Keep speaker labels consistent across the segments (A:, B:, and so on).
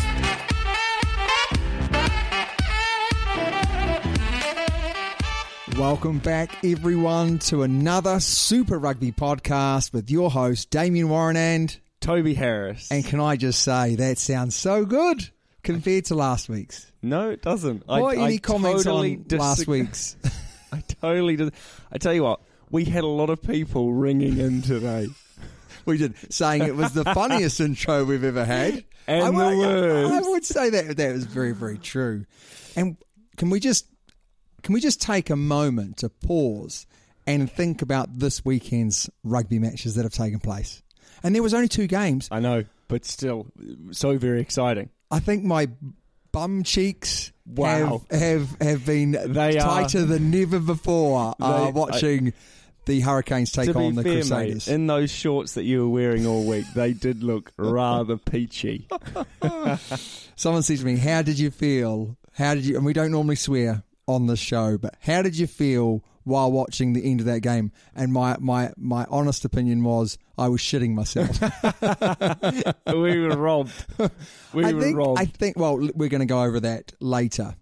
A: Welcome back, everyone, to another Super Rugby podcast with your host, Damien Warren. And,
B: Toby Harris.
A: and can I just say, that sounds so good compared to last week's.
B: no, it doesn't.
A: What
B: I,
A: any
B: I
A: comments
B: totally
A: on last
B: disagree-
A: week's?
B: I totally did. I tell you what, we had a lot of people ringing in today.
A: we did, saying it was the funniest intro we've ever had.
B: And
A: I,
B: the
A: would-
B: worst.
A: I would say that that was very, very true. And can we just can we just take a moment to pause and think about this weekend's rugby matches that have taken place? And there was only two games.
B: I know, but still, so very exciting.
A: I think my bum cheeks
B: Wow.
A: have, have have been
B: They are-
A: tighter than never before uh,
B: They-
A: watching the Hurricanes take
B: to be
A: on the
B: fair,
A: Crusaders.
B: mate, in those shorts that you were wearing all week, they did look rather peachy.
A: Someone said to me, "How did you feel? How did you?" And we don't normally swear on the show, but how did you feel while watching the end of that game? And my my my honest opinion was, I was shitting myself.
B: we were robbed. We
A: I
B: were
A: think
B: robbed.
A: I think. Well, l- we're going to go over that later.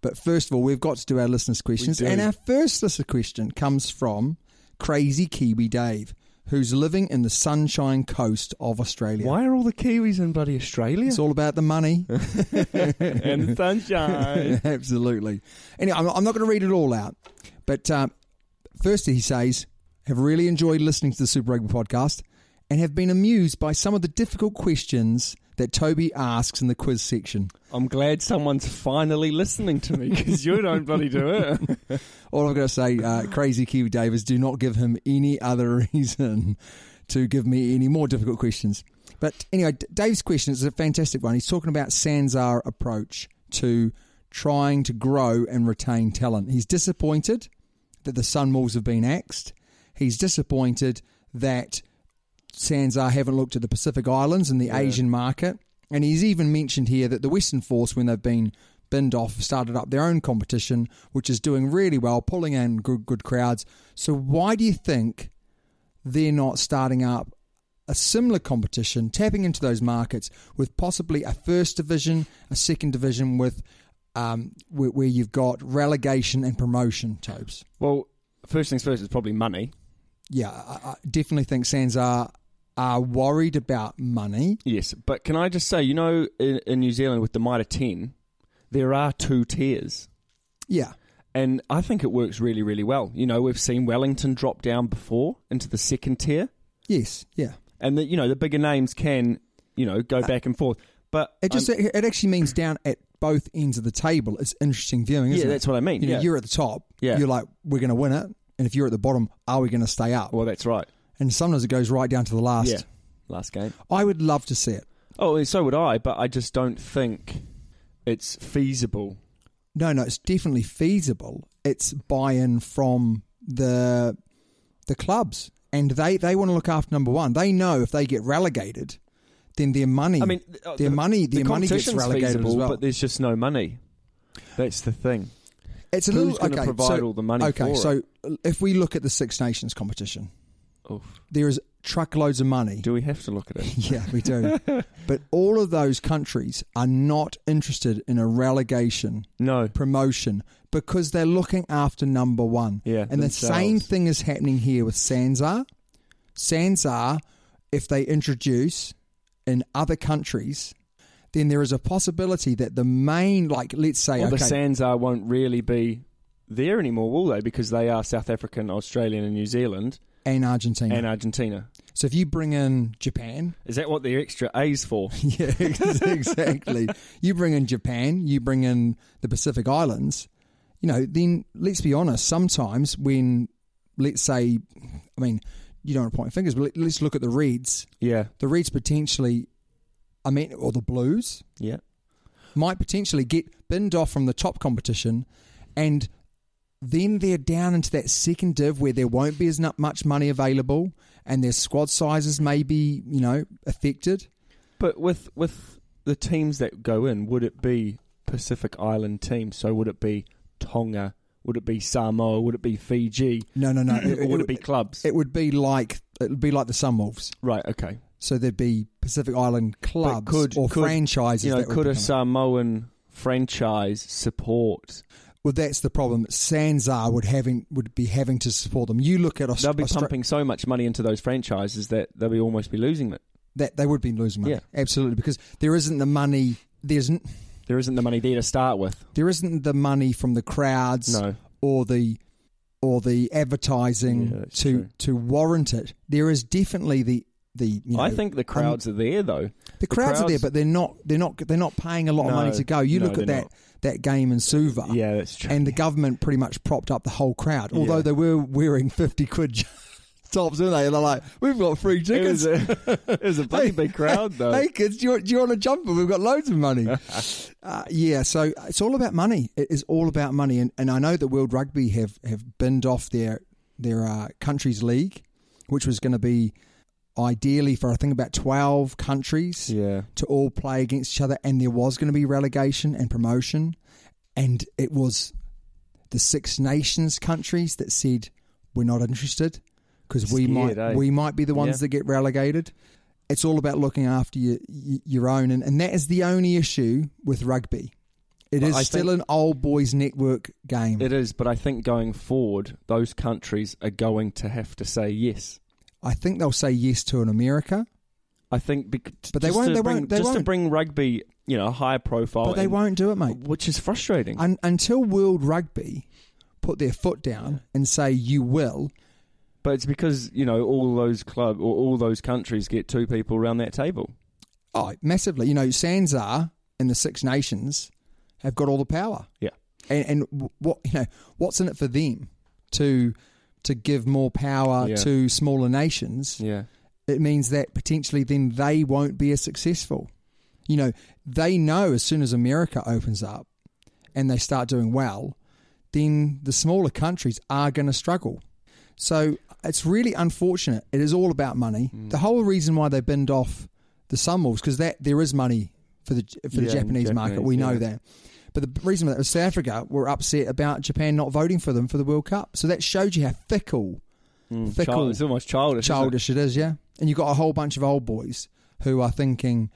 A: But first of all, we've got to do our listeners' questions,
B: do.
A: and our first listener question comes from Crazy Kiwi Dave, who's living in the Sunshine Coast of Australia.
B: Why are all the Kiwis in bloody Australia?
A: It's all about the money.
B: and sunshine.
A: Absolutely. Anyway, I'm, I'm not going to read it all out, but um, firstly, he says, "Have really enjoyed listening to the Super Rugby podcast, and have been amused by some of the difficult questions that Toby asks in the quiz section.
B: I'm glad someone's finally listening to me because you don't bloody do it.
A: All I've got to say, uh, Crazy Kiwi Davis, do not give him any other reason to give me any more difficult questions. But anyway, D- Dave's question is a fantastic one. He's talking about Sanzar approach to trying to grow and retain talent. He's disappointed that the Sunwolves have been axed. He's disappointed that Sanzar haven't looked at the Pacific Islands and the Asian market. And he's even mentioned here that the Western Force, when they've been binned off, started up their own competition, which is doing really well, pulling in good, good crowds. So why do you think they're not starting up a similar competition, tapping into those markets with possibly a first division, a second division with um, where, where you've got relegation and promotion, Tobes?
B: Well, first things first, it's probably money.
A: Yeah, I, I definitely think Sands are are worried about money.
B: Yes, but can I just say, you know, in, in New Zealand with the Mitre 10, there are two tiers.
A: Yeah,
B: And I think it works really, really well. You know, we've seen Wellington drop down before into the second tier.
A: yes, yeah.
B: And, the, you know, the bigger names can, you know, go back and forth. But
A: Uh, It just
B: I'm-
A: it actually means down at both ends of the table. It's interesting viewing,
B: Yeah,
A: isn't it?
B: that's what I mean,
A: You know,
B: yeah.
A: you're at the top.
B: Yeah.
A: you're like we're going to win it, and if you're at the bottom, are we going to stay up?
B: well, that's right.
A: And sometimes it goes right down to the last.
B: Yeah. Last game.
A: I would love to see it.
B: Oh, and so would I, but I just don't think it's feasible.
A: No, no, it's definitely feasible. it's buy-in from the the clubs, and they they want to look after number one. They know if they get relegated, then their money,
B: I mean, uh,
A: their
B: the-
A: money,
B: the
A: their money gets
B: competition's
A: relegated
B: feasible,
A: as well.
B: But there's just no money. That's the thing.
A: it's a
B: who's
A: little
B: gonna
A: okay,
B: provide
A: so,
B: all the money
A: Okay,
B: for
A: so if we look at the Six Nations competition,
B: Oof.
A: there is truckloads of money.
B: Do we have to look at it?
A: Yeah, we do. but all of those countries are not interested in a relegation
B: No.
A: promotion because they're looking after number one.
B: Yeah,
A: and the
B: themselves.
A: same thing is happening here with Sanzar. Sanzar, if they introduce in other countries, then there is a possibility that the main, like, let's say,
B: Well,
A: okay,
B: the Sanzar won't really be there anymore, will they? Because they are South African, Australian, and New Zealand,
A: and Argentina.
B: and Argentina.
A: so if you bring in Japan,
B: Is that what the extra A's for?
A: yeah, ex- exactly. you bring in Japan, you bring in the Pacific Islands, you know, then let's be honest, sometimes when, let's say, I mean, you don't want to point fingers, but let- let's look at the Reds.
B: Yeah,
A: The Reds potentially, I mean, or the Blues,
B: yeah.
A: might potentially get binned off from the top competition and then they're down into that second div where there won't be as nu- much money available and their squad sizes may be, you know, affected.
B: But with with the teams that go in, would it be Pacific Island teams? So would it be Tonga? Would it be Samoa? Would it be Fiji?
A: No, no, no.
B: or would it be clubs?
A: It would be like it would be like the Sunwolves.
B: right. Okay.
A: So there'd be Pacific Island
B: But
A: clubs or franchises.
B: You know,
A: that would
B: could a
A: become-
B: Samoan franchise support?
A: well, that's the problem. Sanzar would having would be having to support them. You look at Aus-
B: They'll be
A: Austra-
B: pumping so much money into those franchises that they'll be almost be losing it.
A: that they would be losing money.
B: Yeah.
A: Absolutely, because there isn't the money. There's n-
B: There isn't the money there to start with.
A: there isn't the money from the crowds
B: No.
A: or the or the advertising
B: Yeah, that's
A: to
B: true.
A: to warrant it. There is definitely the the. You know, um,
B: I think the
A: un-
B: crowds are there though.
A: The crowds, are there, but they're not. They're not. They're not paying a lot of
B: No,
A: money to go. You
B: no,
A: look at
B: they're
A: that
B: not.
A: that game in Suva,
B: yeah, that's true.
A: and the government pretty much propped up the whole crowd. Although
B: Yeah.
A: they were wearing fifty quid tops, weren't they? And they're like, "We've got free
B: it
A: tickets."
B: was a, it was a bloody big crowd though.
A: Hey kids, do you, do you want a jumper? We've got loads of money. uh, yeah, so it's all about money. It is all about money, and, and I know that World Rugby have have binned off their their uh, countries league, which was going to be ideally for I think about twelve countries
B: yeah.
A: to all play against each other, and there was going to be relegation and promotion, and it was the Six Nations countries that said we're not interested because we
B: Scared,
A: might
B: eh?
A: we might be the ones
B: Yeah.
A: that get relegated. It's all about looking after your your own, and, and that is the only issue with rugby. It
B: But
A: is
B: I
A: still
B: think-
A: an old boys network game.
B: It is, but I think going forward, those countries are going to have to say yes.
A: I think they'll say yes to an America,
B: I think, bec-
A: But they
B: just
A: won't-
B: To
A: they
B: bring,
A: won't- they
B: just to
A: won't.
B: bring rugby, you know, higher profile.
A: but they
B: and-
A: won't do it, mate.
B: which is frustrating.
A: Un- until World Rugby put their foot down and say you will,
B: but it's because you know all those club or all those countries get two people around that table.
A: Oh, massively. You know, Sanzar and the Six Nations have got all the power,
B: Yeah,
A: and, and w- what you know, what's in it for them to to give more power
B: Yeah.
A: to smaller nations?
B: yeah.
A: It means that potentially then they won't be as successful. You know, they know as soon as America opens up and they start doing well, then the smaller countries are going to struggle. So it's really unfortunate. It is all about money.
B: Mm.
A: The whole reason why they binned off the Sunwolves because that there is money for the for the
B: Yeah,
A: Japanese market.
B: Japanese,
A: We know
B: yeah.
A: that. But the reason for that was South Africa were upset about Japan not voting for them for the World Cup. So that showed you how fickle, fickle,
B: Hmm, Child, it's almost childish. isn't it?
A: childish it is. Yeah, and you got a whole bunch of old boys who are thinking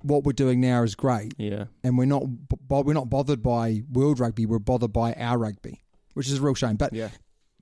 A: what we're doing now is great,
B: Yeah.
A: and we're not bo- we're not bothered by world rugby. We're bothered by our rugby, which is a real shame. But
B: Yeah.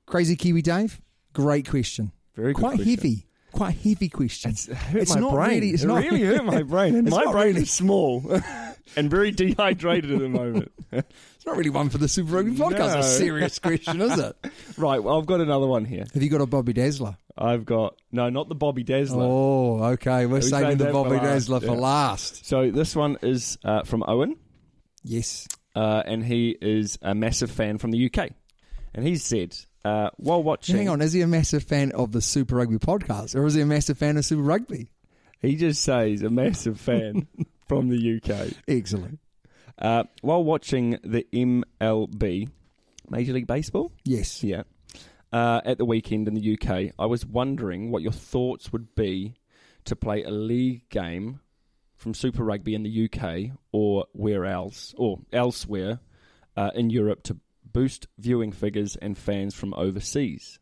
A: crazy Kiwi Dave, great question.
B: Very good
A: quite
B: question.
A: heavy, quite heavy question.
B: It's, it hurt
A: It's
B: my
A: not
B: brain.
A: really- it's
B: it
A: not-
B: really hurt my brain. And
A: It's
B: my
A: not
B: brain
A: really-
B: is small and very dehydrated at the moment.
A: It's not really one for the Super Rugby podcast.
B: No.
A: A serious question, is it?
B: right, well, I've got another one here.
A: Have you got a Bobby Dazzler?
B: I've got no, not the Bobby Dazzler.
A: Oh, okay. We're
B: We
A: saving
B: saved
A: the
B: that for
A: Bobby
B: last,
A: Dazzler for
B: yeah.
A: last.
B: So this one is uh, from Owen,
A: Yes.
B: uh, and he is a massive fan from the UK, and he said uh, while watching,
A: Hang on. Is he a massive fan of the Super Rugby podcast, or is he a massive fan of Super Rugby?
B: he just says a massive fan from the UK.
A: Excellent.
B: Uh, while watching the MLB, Major League Baseball?
A: Yes.
B: Yeah. Uh, at the weekend in the UK, I was wondering what your thoughts would be to play a league game from Super Rugby in the UK or where else or elsewhere uh, in Europe to boost viewing figures and fans from overseas.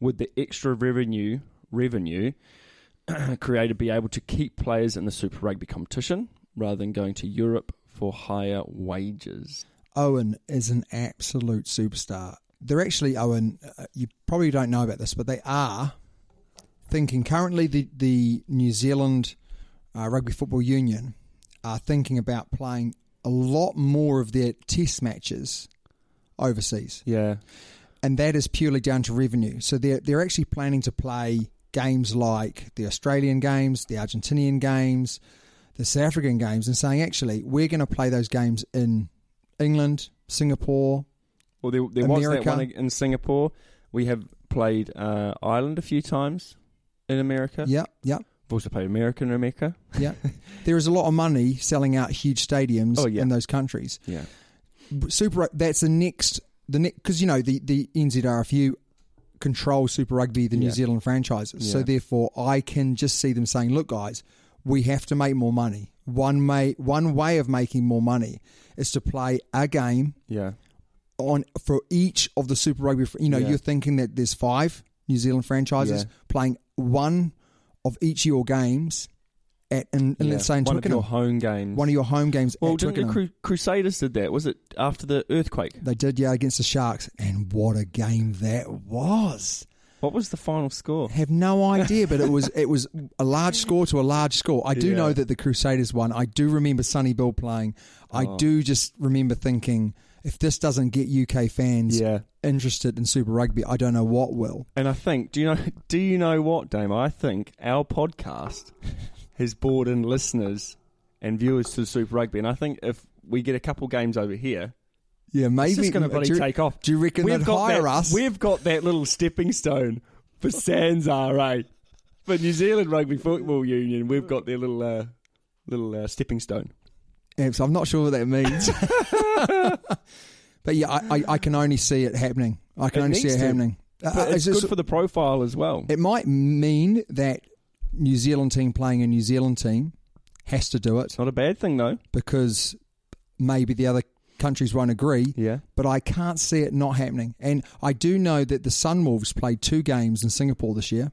B: Would the extra revenue revenue created be able to keep players in the Super Rugby competition rather than going to Europe for higher wages?
A: Owen is an absolute superstar. They're actually Owen. uh, You probably don't know about this, but they are thinking currently. The the New Zealand uh, Rugby Football Union are thinking about playing a lot more of their Test matches overseas,
B: Yeah,
A: and that is purely down to revenue. So they're they're actually planning to play games like the Australian games, the Argentinian games, the South African games, and saying actually we're going to play those games in England, Singapore,
B: Well, there, there was that
A: America.
B: one in Singapore. We have played uh, Ireland a few times in America.
A: Yeah, yeah,
B: We've also played America in America.
A: yeah. there is a lot of money selling out huge stadiums
B: Oh, yeah.
A: in those countries.
B: Yeah.
A: Super. Rug- That's the next. The next because you know the the NZRFU control Super Rugby, the New
B: Yeah.
A: Zealand franchises. So
B: Yeah.
A: therefore, I can just see them saying, "Look, guys, we have to make more money. One may one way of making more money is to play a game
B: Yeah.
A: on for each of the Super Rugby. fr- You know,
B: Yeah.
A: you're thinking that there's five New Zealand franchises
B: Yeah.
A: playing one of each of your games at in, in
B: yeah.
A: let's say in
B: one of your
A: Twickenham,
B: home games.
A: one of your home games
B: well,
A: at
B: didn't
A: Twickenham.
B: the Cru- Crusaders did that? Was it after the earthquake?
A: they did, yeah, against the Sharks, and what a game that was!
B: What was the final score?
A: Have no idea, but it was it was a large score to a large score. I do
B: Yeah.
A: know that the Crusaders won. I do remember Sonny Bill playing. I
B: Oh.
A: do just remember thinking, if this doesn't get UK fans
B: Yeah.
A: interested in Super Rugby, I don't know what will.
B: And I think, do you know? Do you know what, Dame? I think our podcast has brought in listeners and viewers to Super Rugby, and I think if we get a couple games over here,
A: Yeah, maybe
B: it's just going to bloody
A: do you-
B: take off.
A: Do you reckon they'd hire
B: that,
A: us?
B: We've got that little stepping stone for Sans RA, for New Zealand Rugby Football Union. We've got their little uh, little uh, stepping stone.
A: Yeah, so I'm not sure what that means. but yeah, I, I, I can only see it happening. I can
B: It
A: only see
B: needs
A: it
B: to.
A: happening. Uh,
B: But it's
A: is this-
B: good for the profile as well.
A: it might mean that New Zealand team playing a New Zealand team has to do it
B: It's not a bad thing though.
A: because maybe the other countries won't agree.
B: Yeah.
A: But I can't see it not happening. And I do know that the Sunwolves played two games in Singapore this year.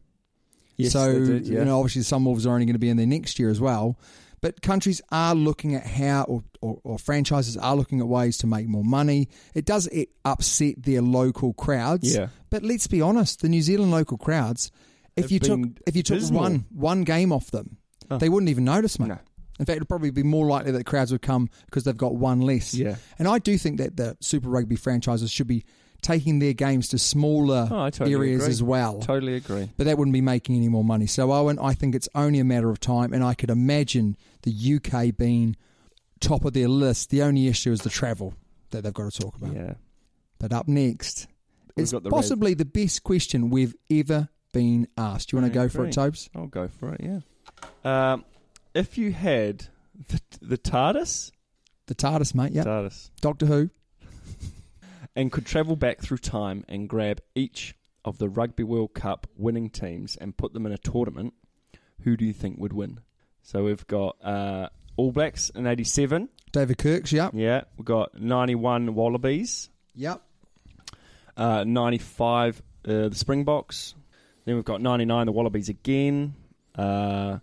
A: so you know, obviously, some wolves are only going to be in there next year as well. But countries are looking at how, or, or, or franchises are looking at ways to make more money. It does it upset their local crowds.
B: Yeah.
A: But let's be honest, the New Zealand local crowds, if
B: Have
A: you took
B: been
A: if you took
B: dismal.
A: one one game off them, they wouldn't even notice, mate.
B: No.
A: In fact, it'd probably be more likely that crowds would come because they've got one less.
B: Yeah.
A: And I do think that the Super Rugby franchises should be taking their games to smaller
B: Oh, I totally
A: areas
B: agree.
A: as well
B: totally agree.
A: but that wouldn't be making any more money. So, Owen, I think it's only a matter of time, and I could imagine the UK being top of their list. The only issue is the travel that they've got to talk about.
B: Yeah.
A: But up next,
B: We've
A: it's
B: got the
A: possibly the best question we've ever been asked. Do you want to
B: I
A: go for it,
B: agree.
A: Tobes?
B: I'll go for it. Yeah. Um, if you had the, the TARDIS,
A: The TARDIS, mate. Yeah.
B: TARDIS,
A: Doctor Who.
B: and could travel back through time and grab each of the Rugby World Cup winning teams and put them in a tournament, who do you think would win? So we've got uh, All Blacks in 87.
A: David Kirk's. Yep.
B: Yeah. We've got 91 Wallabies.
A: Yep.
B: Uh, 95, uh, the Springboks. Then we've got 99, the Wallabies again. Uh,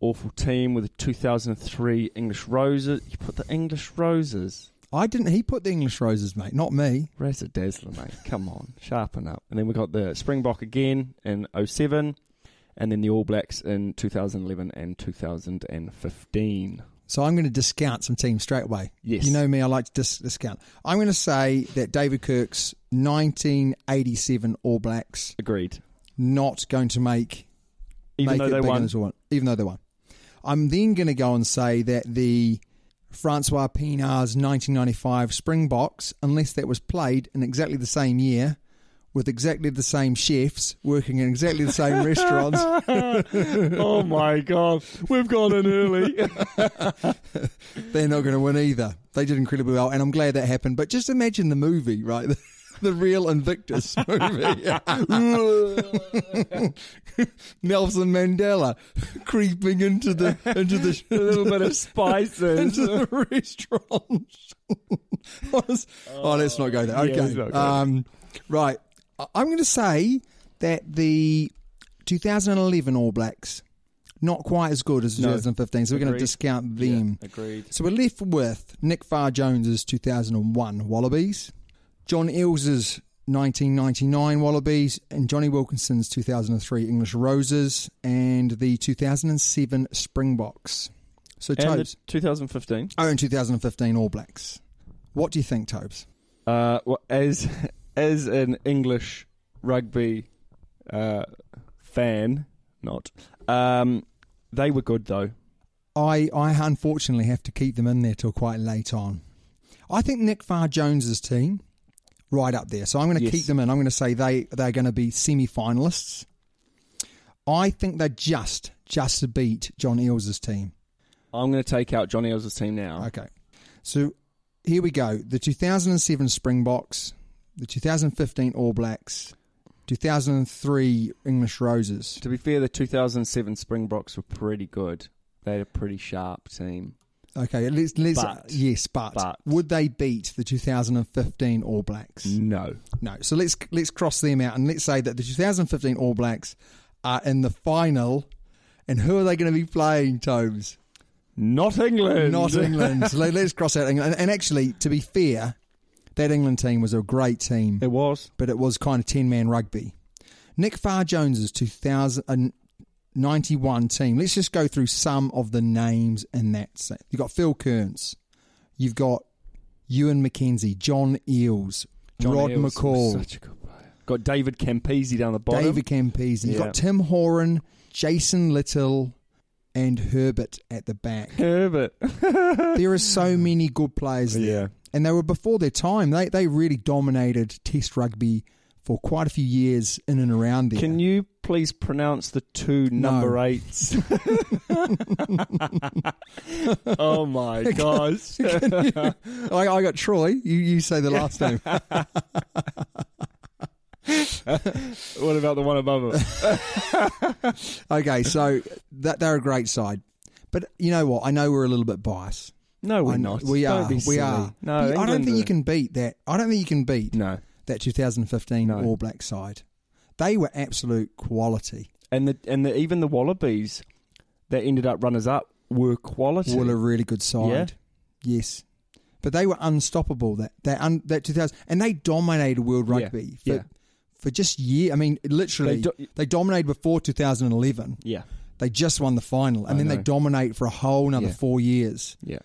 B: awful team with the 2003 English Roses. You put the English Roses.
A: I didn't. He put the English roses, mate. Not me.
B: Razor Dazzler, mate. Come on, sharpen up. And then we got the Springbok again in 07, and then the All Blacks in 2011 and 2015.
A: So I'm going to discount some teams straight away.
B: Yes.
A: You know me, I like to dis- discount. I'm going to say that David Kirk's 1987 All Blacks
B: Agreed.
A: not going to make
B: Even
A: make
B: though
A: it
B: they
A: big
B: won.
A: enough to win, even though they won. I'm then going to go and say that the Francois Pinard's 1995 Springboks, unless that was played in exactly the same year with exactly the same chefs working in exactly the same restaurants,
B: oh my God, we've gone in early.
A: they're not going to win either. They did incredibly well, and I'm glad that happened. But just imagine the movie, right? the real Invictus movie. Nelson Mandela creeping into the into the
B: a little bit of
A: into
B: spices.
A: the restaurant. Honest- oh, let's not go there.
B: yeah, let's
A: Okay.
B: not go
A: um, right. I- I'm going to say that the 2011 All Blacks, not quite as good as the
B: No.
A: 2015, so we're going to
B: Agreed.
A: discount them.
B: Agreed.
A: So we're left with Nick Farr Jones's 2001 Wallabies, John Ills's 1999 Wallabies, and Johnny Wilkinson's 2003 English Roses, and the 2007 Springboks. So
B: And
A: Tobes,
B: the 2015.
A: oh, and 2015 All Blacks. What do you think, Tobes?
B: Uh, well, as as an English rugby uh, fan, not um, they were good though.
A: I, I unfortunately have to keep them in there till quite late on. I think Nick Farr Jones's team right up there. So I'm going to
B: Yes.
A: keep them in. I'm going to say they they're going to be semi finalists. I think they just just beat John Eels's team.
B: I'm going to take out Johnny Eels' team now.
A: Okay. So here we go. The 2007 Springboks, the 2015 All Blacks, 2003 English Roses.
B: To be fair, the 2007 Springboks were pretty good. They had a pretty sharp team.
A: Okay, let's let's
B: But-
A: yes, but,
B: but-
A: would they beat the 2015 All Blacks?
B: No,
A: No. So let's let's cross them out and let's say that the 2015 All Blacks are in the final. And who are they going to be playing, Tobes?
B: not England.
A: Not England. so let- let's cross out England. And, and actually, to be fair, that England team was a great team,
B: It was.
A: but it was kind of 10 man rugby. Nick Farr Jones's 2091 team. Let's just go through some of the names in that. set. You've got Phil Kearns. You've got Ewan McKenzie, John Eels,
B: Johnny
A: Rod
B: Eels was
A: McCall.
B: such a good player. Got David Campese down the bottom.
A: David Campese. You've
B: Yeah.
A: got Tim Horan, Jason Little, and Herbert at the back.
B: Herbert.
A: there are so many good players there.
B: Yeah.
A: And they were before their time. They they really dominated Test rugby for quite a few years in and around there.
B: Can you please pronounce the two
A: No.
B: number eights? oh my gosh.
A: I, I got Troy. You you say the last name.
B: what about the one above it?
A: Okay, so that they're a great side. But you know what? I know we're a little bit biased.
B: No, we're
A: I know-
B: not.
A: We
B: Don't
A: are.
B: be
A: we
B: silly.
A: are.
B: No,
A: I don't
B: England
A: think
B: are-
A: you can beat that. I don't think you can beat
B: No.
A: that 2015
B: No.
A: All Black side. They were absolute quality.
B: And the and the, even the Wallabies that ended up runners up were quality.
A: Were a really good side.
B: Yeah.
A: Yes. But they were unstoppable that that un, that 2000 and they dominated world
B: Yeah.
A: rugby for
B: Yeah.
A: for just year. I mean literally they,
B: They do-
A: dominated before 2011.
B: yeah.
A: They just won the final and
B: I
A: then they
B: know.
A: dominate for a whole another
B: Yeah.
A: 4 years.
B: Yeah.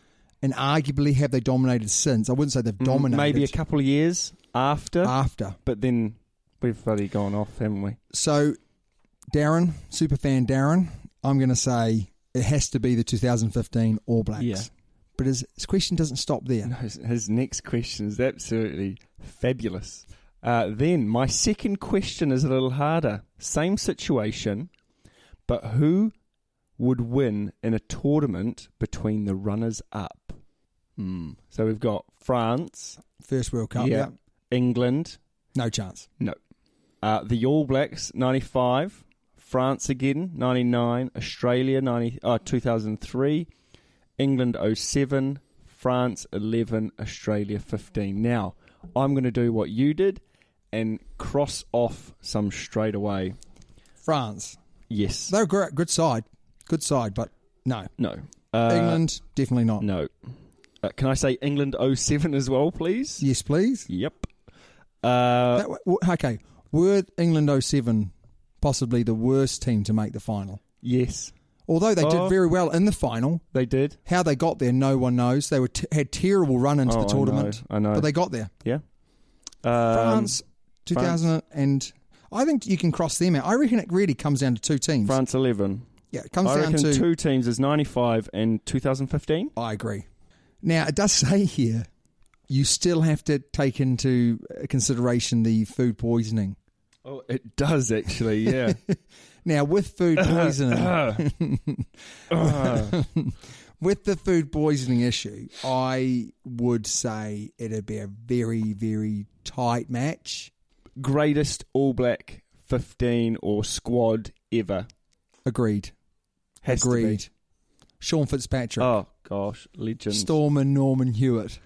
A: And arguably have they dominated since? I wouldn't say they've dominated
B: Maybe a couple of years after,
A: after.
B: but then we've bloody gone off, haven't we?
A: So, Darren, super fan Darren, I'm going to say it has to be the 2015 All Blacks.
B: Yeah.
A: But his, his question doesn't stop there.
B: No, his, his next question is absolutely fabulous. Uh, then my second question is a little harder. Same situation, but who would win in a tournament between the runners up? Hmm. So we've got France,
A: First World Cup, yeah.
B: yeah, England,
A: No chance.
B: no, uh, the All Blacks '95, France again '99, Australia 90, uh, 2003, England 07, France 11, Australia 15. Now, I'm going to do what you did and cross off some straight away.
A: France.
B: Yes.
A: They're a great, good side. Good side, but no.
B: no. Uh,
A: England, definitely not.
B: No. Uh, can I say England 07 as well, please?
A: Yes, please.
B: Yep. Uh,
A: That w- w- okay. Were England 07 possibly the worst team to make the final?
B: yes,
A: Although they
B: Oh.
A: did very well in the final,
B: they did.
A: how they got there, no one knows. They were t- had terrible run into
B: Oh, I
A: the
B: know,
A: tournament,
B: I know.
A: but they got there.
B: Yeah. Um,
A: France, 2000 and I think you can cross them out. I reckon it really comes down to two teams.
B: France 11.
A: yeah, it comes
B: I
A: down
B: reckon
A: to.
B: two teams is 95 and 2015.
A: I agree. Now it does say here you still have to take into consideration the food poisoning.
B: Oh, it does actually, yeah. Uh-huh.
A: Now with food poisoning, with the food poisoning issue, I would say it'd be a very, very tight match.
B: Greatest All Black 15 or squad ever.
A: Agreed.
B: Has to be.
A: Agreed. Sean Fitzpatrick,
B: Oh, gosh. Legends.
A: Storm and Norman Hewitt,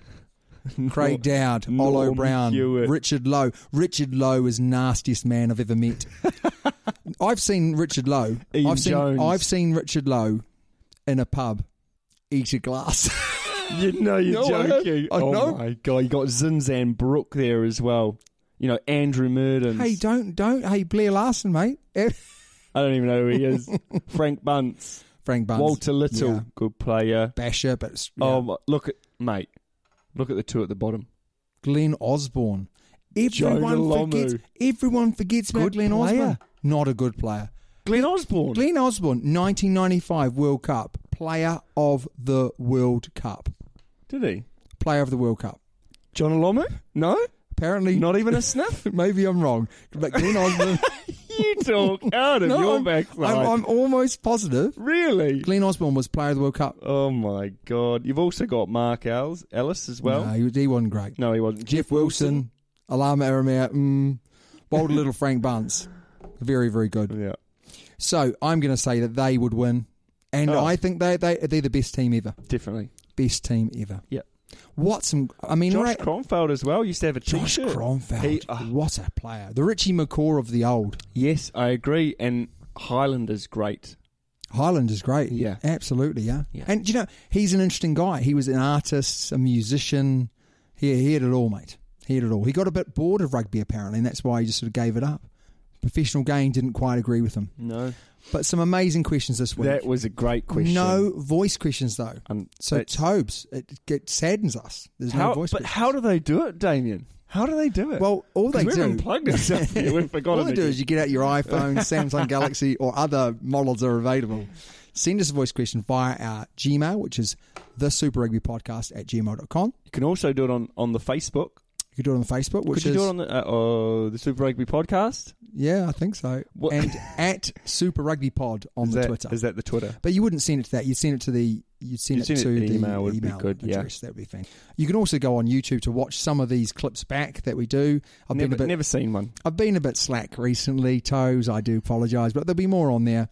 A: Craig Dowd, Olo
B: Norm
A: Brown,
B: Hewitt.
A: Richard Lowe. Richard Lowe is nastiest man I've ever met. I've seen Richard Lowe.
B: Ian
A: I've seen
B: Jones.
A: I've seen Richard Lowe in a pub eat a glass.
B: You know you're
A: No, I
B: joking.
A: haven't. I
B: oh
A: know.
B: my god, you got Zinzan Brook there as well. You know Andrew Murdens.
A: hey, don't don't hey Blair Larson, mate.
B: I don't even know who he is. Frank Bunce,
A: Frank Barnes.
B: Walter Little,
A: Yeah.
B: good player.
A: Basher, but it's- yeah.
B: Oh, my- look at mate, look at the two at the bottom.
A: Glenn Osborne.
B: Jonah
A: Everyone
B: Lomu.
A: forgets. Everyone forgets about
B: Good
A: Glenn
B: player.
A: Osborne. Not a good player.
B: Glenn Osborne.
A: Glenn Osborne, 1995 World Cup Player of the World Cup.
B: Did he?
A: Player of the World Cup.
B: John Alomu? No,
A: Apparently,
B: not even a sniff.
A: maybe I'm wrong, but Glenn Osborne.
B: you talk out of
A: No,
B: your
A: I'm,
B: backside.
A: I'm, I'm almost positive.
B: really?
A: Glenn Osborne was Player of the World Cup.
B: Oh my god! You've also got Mark Ellis, Ellis as well.
A: no, he, was- he wasn't great.
B: No, he wasn't.
A: Jeff Wilson, Alama Aramea, mm, Bold Little Frank Bunce. Very, very good.
B: Yeah.
A: So I'm going to say that they would win, and
B: Oh.
A: I think they they they're the best team ever.
B: Definitely.
A: Best team ever.
B: Yeah.
A: Watson. I mean,
B: Josh
A: right-
B: Cromfeld as well used to have a
A: Josh
B: t-shirt.
A: Cromfeld.
B: He- oh,
A: what a player! The Richie McCaw of the old.
B: yes, I agree. And Highlander's great.
A: Highland is great.
B: Yeah.
A: absolutely. Yeah.
B: Yeah.
A: And do you know he's an interesting guy. He was an artist, a musician. He he had it all, mate. He had it all. He got a bit bored of rugby apparently, and that's why he just sort of gave it up. Professional game didn't quite agree with him.
B: No,
A: But some amazing questions this week.
B: that was a great question.
A: No voice questions though.
B: Um,
A: so
B: that's-
A: Tobes, it, it saddens us. There's
B: how,
A: no voice
B: but
A: questions.
B: how do they do it, Damien? How do they do it?
A: well, all
B: 'Cause
A: they
B: we
A: do,
B: haven't plugged this up yet. We've forgotten
A: all they do
B: again.
A: is you get out your iPhone, Samsung Galaxy, or other models that are available. Send us a voice question via our Gmail, which is the Super Rugby Podcast at gmail.com.
B: you can also do it on, on the Facebook.
A: You can do it on Facebook, which
B: Could you
A: is
B: do it on the uh, oh, the Super Rugby podcast?
A: yeah, I think so.
B: What-
A: And at Super Rugby Pod on
B: is
A: the
B: that,
A: Twitter.
B: Is that the Twitter?
A: But you wouldn't send it to that. You'd send it to the. You'd send
B: You'd
A: it
B: send it
A: to
B: to
A: the
B: email would be
A: email
B: good, yeah.
A: address. That would be fine. You can also go on YouTube to watch some of these clips back that we do. I've
B: never,
A: been a bit.
B: never seen one.
A: I've been a bit slack recently, toes. I do apologise, but there'll be more on there.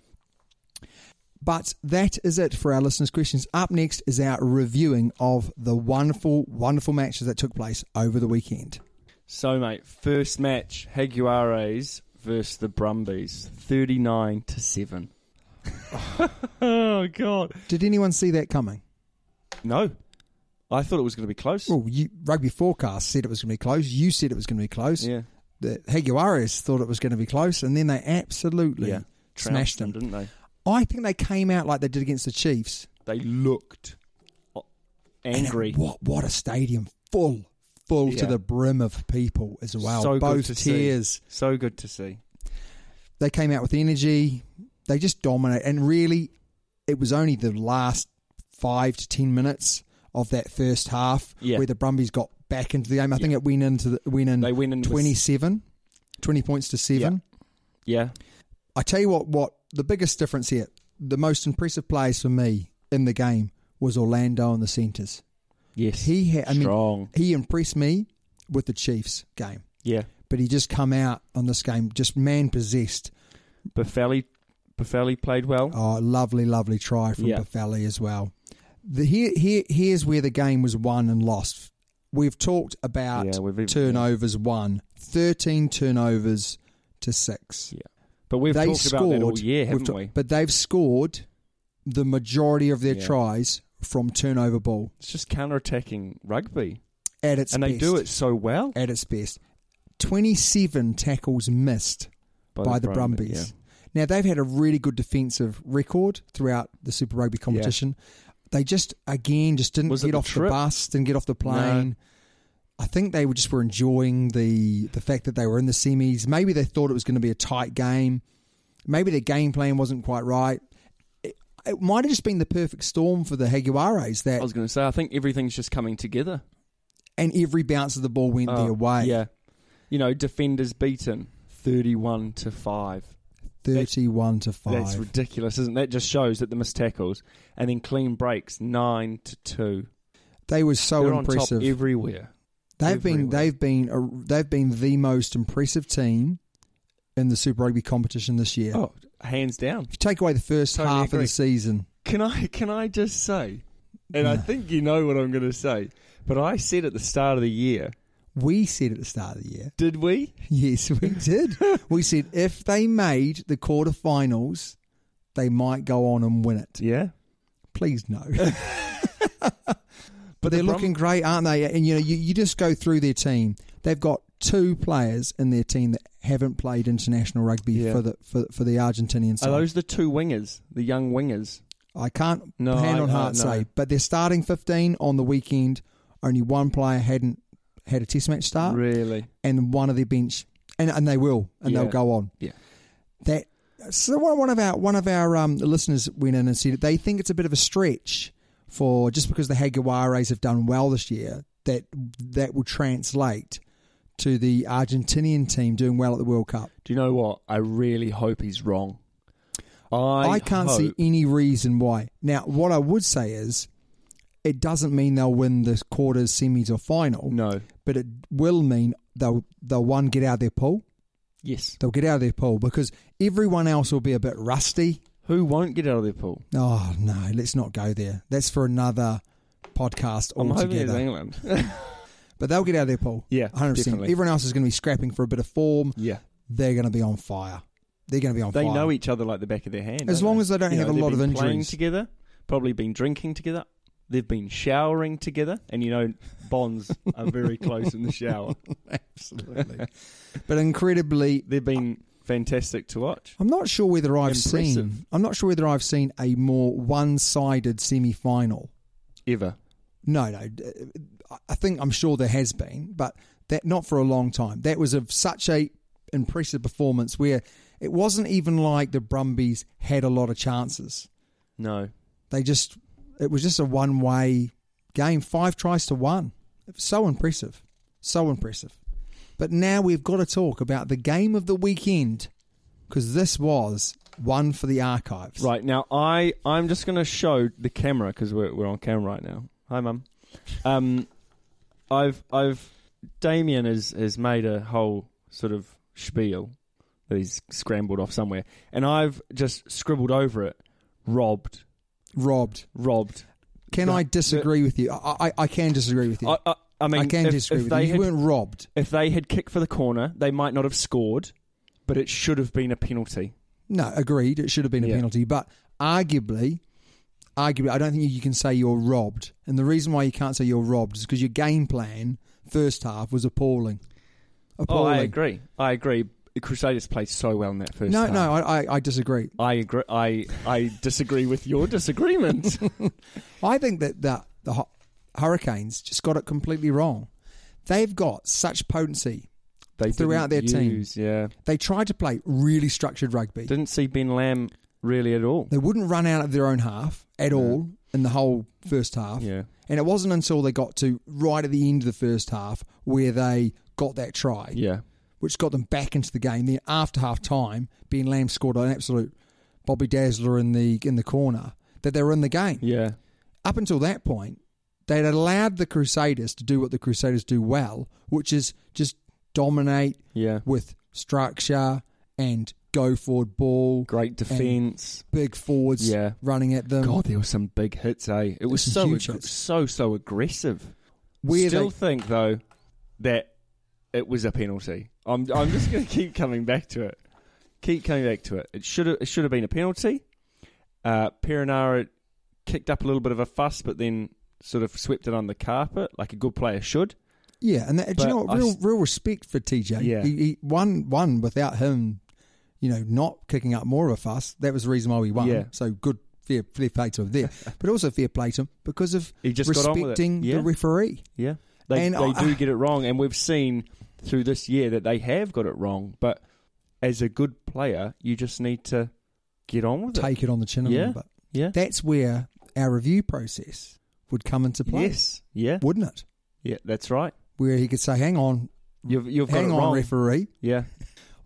A: But that is it for our listeners' questions. Up next is our reviewing of the wonderful, wonderful matches that took place over the weekend.
B: So, mate, first match Haguares versus the Brumbies, thirty-nine to seven. oh God!
A: Did anyone see that coming?
B: No, I thought it was going to be close.
A: Well, you, Rugby Forecast said it was going to be close. You said it was going to be close.
B: yeah,
A: the Higuares thought it was going to be close, and then they absolutely
B: Yeah.
A: smashed them.
B: didn't they?
A: I think they came out like they did against the Chiefs.
B: They looked o-
A: And
B: angry.
A: what what a stadium full, full to
B: Yeah.
A: the brim of people as well.
B: So good
A: Both
B: to see.
A: tiers.
B: So good to see.
A: They came out with energy. They just dominate, and really, it was only the last five to ten minutes of that first half
B: Yeah.
A: where the Brumbies got back into the game. I think it went into the went in
B: They went in with-
A: 27, 20 points to seven.
B: Yeah,
A: I tell you what, what the biggest difference here, the most impressive players for me in the game was Orlando in the centres.
B: yes.
A: He had, I mean,
B: strong.
A: he impressed me with the Chiefs game,
B: Yeah,
A: but he just come out on this game just man possessed.
B: Buffelli, Buffelli played well.
A: Oh, lovely, lovely try from
B: Yeah.
A: Buffelli as well. The, here, here, here's where the game was won and lost. We've talked about
B: Yeah, we've even-
A: turnovers won, 13 turnovers to six.
B: Yeah, but we've
A: they
B: talked
A: scored,
B: about that all year,
A: we've
B: haven't
A: ta-
B: we?
A: But they've scored the majority of their
B: Yeah.
A: tries from turnover ball
B: It's just counter-attacking rugby,
A: at its
B: and they
A: best.
B: do it so well
A: at its best. Twenty-seven tackles missed by, the Brumbies.
B: yeah.
A: Now they've had a really good defensive record throughout the Super Rugby competition. They just again just didn't
B: Was it
A: get
B: the
A: off the
B: trip?
A: bus, didn't get off the plane. I think they were just were enjoying the the fact that they were in the semis. Maybe they thought it was going to be a tight game. Maybe their game plan wasn't quite right. It, it might have just been the perfect storm for the Jaguares
B: I
A: that,
B: was going to say, I think everything's just coming together.
A: and every bounce of the ball went
B: Oh,
A: their way.
B: Yeah, you know, defenders beaten thirty-one to five.
A: thirty-one to five.
B: That's ridiculous, isn't it? That just shows that the missed tackles and then clean breaks nine to two.
A: they were so
B: They're
A: impressive.
B: on top everywhere.
A: they've been
B: everywhere.
A: they've been a, they've been the most impressive team in the Super Rugby competition this year.
B: Oh, hands down.
A: If you take away the first
B: Totally
A: half of
B: agree.
A: the season,
B: Can I can I just say, and I think you know what I'm going to say, but I said at the start of the year,
A: we said at the start of the year,
B: did we?
A: yes, we did. we said if they made the quarterfinals, they might go on and win it.
B: Yeah.
A: Please no. But they're looking great, aren't they? And you know, you, you just go through their team. They've got two players in their team that haven't played international rugby
B: Yeah.
A: for the for, for the Argentinian side.
B: Are those the two wingers, the young wingers?
A: I can't
B: No,
A: hand
B: I-
A: on
B: I-
A: heart
B: no.
A: say, but they're starting fifteen on the weekend. Only one player hadn't had a test match start,
B: Really?
A: and one of their bench, and and they will, and
B: Yeah.
A: they'll go on.
B: Yeah.
A: That so one one of our one of our um, listeners went in and said they think it's a bit of a stretch for just because the Haguares have done well this year that that will translate to the Argentinian team doing well at the World Cup.
B: Do you know what? I really hope he's wrong. I
A: I can't see
B: hope-
A: any reason why. Now, what I would say is it doesn't mean they'll win the quarters, semis, or final,
B: No.
A: but it will mean they'll they'll one get out of their pool.
B: Yes.
A: They'll get out of their pool because everyone else will be a bit rusty.
B: Who won't get out of their pool?
A: Oh no, let's not go there. That's for another podcast
B: I'm hoping it's
A: altogether.
B: England.
A: But they'll get out of their pool.
B: Yeah,
A: 100%.
B: definitely.
A: Everyone else is going to be scrapping for a bit of form.
B: yeah.
A: They're going to be on fire. They're going to be on
B: They
A: fire.
B: know each other like the back of their hand.
A: As
B: don't
A: long as they don't
B: You
A: have
B: know,
A: a
B: they've
A: lot of
B: been Playing
A: injuries.
B: together, probably been drinking together. They've been showering together, and you know, bonds are very close in the shower.
A: Absolutely. but incredibly,
B: They've been fantastic to watch.
A: I'm not sure whether I've
B: Impressive.
A: seen. I'm not sure whether I've seen a more one-sided semi-final.
B: Ever.
A: No, no. d- I think I'm sure there has been, but that not for a long time. That was of such a impressive performance where it wasn't even like the Brumbies had a lot of chances.
B: No.
A: They just it was just a one-way game, five tries to one. It was so impressive, so impressive. But now we've got to talk about the game of the weekend because this was one for the archives.
B: Right now, I I'm just going to show the camera because we're we're on camera right now. Hi, mum. Um, I've I've Damien has has made a whole sort of spiel that he's scrambled off somewhere, and I've just scribbled over it. Robbed,
A: robbed.
B: robbed.
A: Can
B: The-
A: I disagree with you? I, I, I can disagree with you.
B: I,
A: I,
B: I, I mean,
A: can
B: if,
A: disagree
B: if
A: with you.
B: they
A: You
B: had,
A: weren't robbed.
B: if they had kicked for the corner, they might not have scored, but it should have been a penalty.
A: No, agreed. It should have been a
B: Yeah.
A: penalty, but arguably, arguably, I don't think you can say you're robbed. And the reason why you can't say you're robbed is because your game plan first half was appalling.
B: Oh,
A: Appalling.
B: I agree. I agree. Crusaders played so well in that first.
A: No,
B: half.
A: no, I, I, I disagree.
B: I agree. I I disagree with your disagreement.
A: I think that the, the Hu- Hurricanes just got it completely wrong. They've got such potency.
B: they
A: Throughout
B: didn't
A: their team.
B: use, Yeah,
A: They tried to play really structured rugby.
B: didn't see Ben Lamb really at all.
A: They wouldn't run out of their own half at all in the whole first half.
B: Yeah.
A: And it wasn't until they got to right at the end of the first half where they got that try,
B: Yeah,
A: which got them back into the game. Then after half time, Ben Lamb scored an absolute Bobby Dazzler in the in the corner that they were in the game.
B: yeah,
A: Up until that point, they'd allowed the Crusaders to do what the Crusaders do well, which is just dominate
B: yeah.
A: with structure and go forward ball.
B: Great
A: and
B: defense.
A: Big forwards
B: Yeah.
A: running at them.
B: God, there were some big hits, eh? It was
A: Some
B: so
A: huge
B: ag-
A: hits.
B: so so aggressive.
A: Where
B: Still
A: they-
B: think though that it was a penalty. I'm I'm just going to keep coming back to it. Keep coming back to it. It should have it should have been a penalty. Uh, Perinara kicked up a little bit of a fuss, but then sort of swept it on the carpet like a good player should.
A: Yeah, and that, do
B: But
A: you know what?
B: I
A: Real,
B: s-
A: real respect for TJ.
B: Yeah.
A: He, he won, won without him, you know, not kicking up more of a fuss. That was the reason why we won.
B: Yeah.
A: So good, fair, fair play to him there. but also fair play to him because of
B: He just got on with it.
A: respecting
B: Yeah.
A: the referee.
B: Yeah, they
A: And
B: they
A: I-
B: do get it wrong, and we've seen through this year that they have got it wrong. But as a good player, you just need to get on with it.
A: Take it on the chin a
B: Yeah.
A: little bit.
B: Yeah.
A: That's where our review process would come into play,
B: Yes. Yeah.
A: wouldn't it?
B: Yeah. That's right.
A: Where he could say, hang on,
B: You've you've got
A: hang
B: it
A: on,
B: wrong.
A: referee.
B: yeah.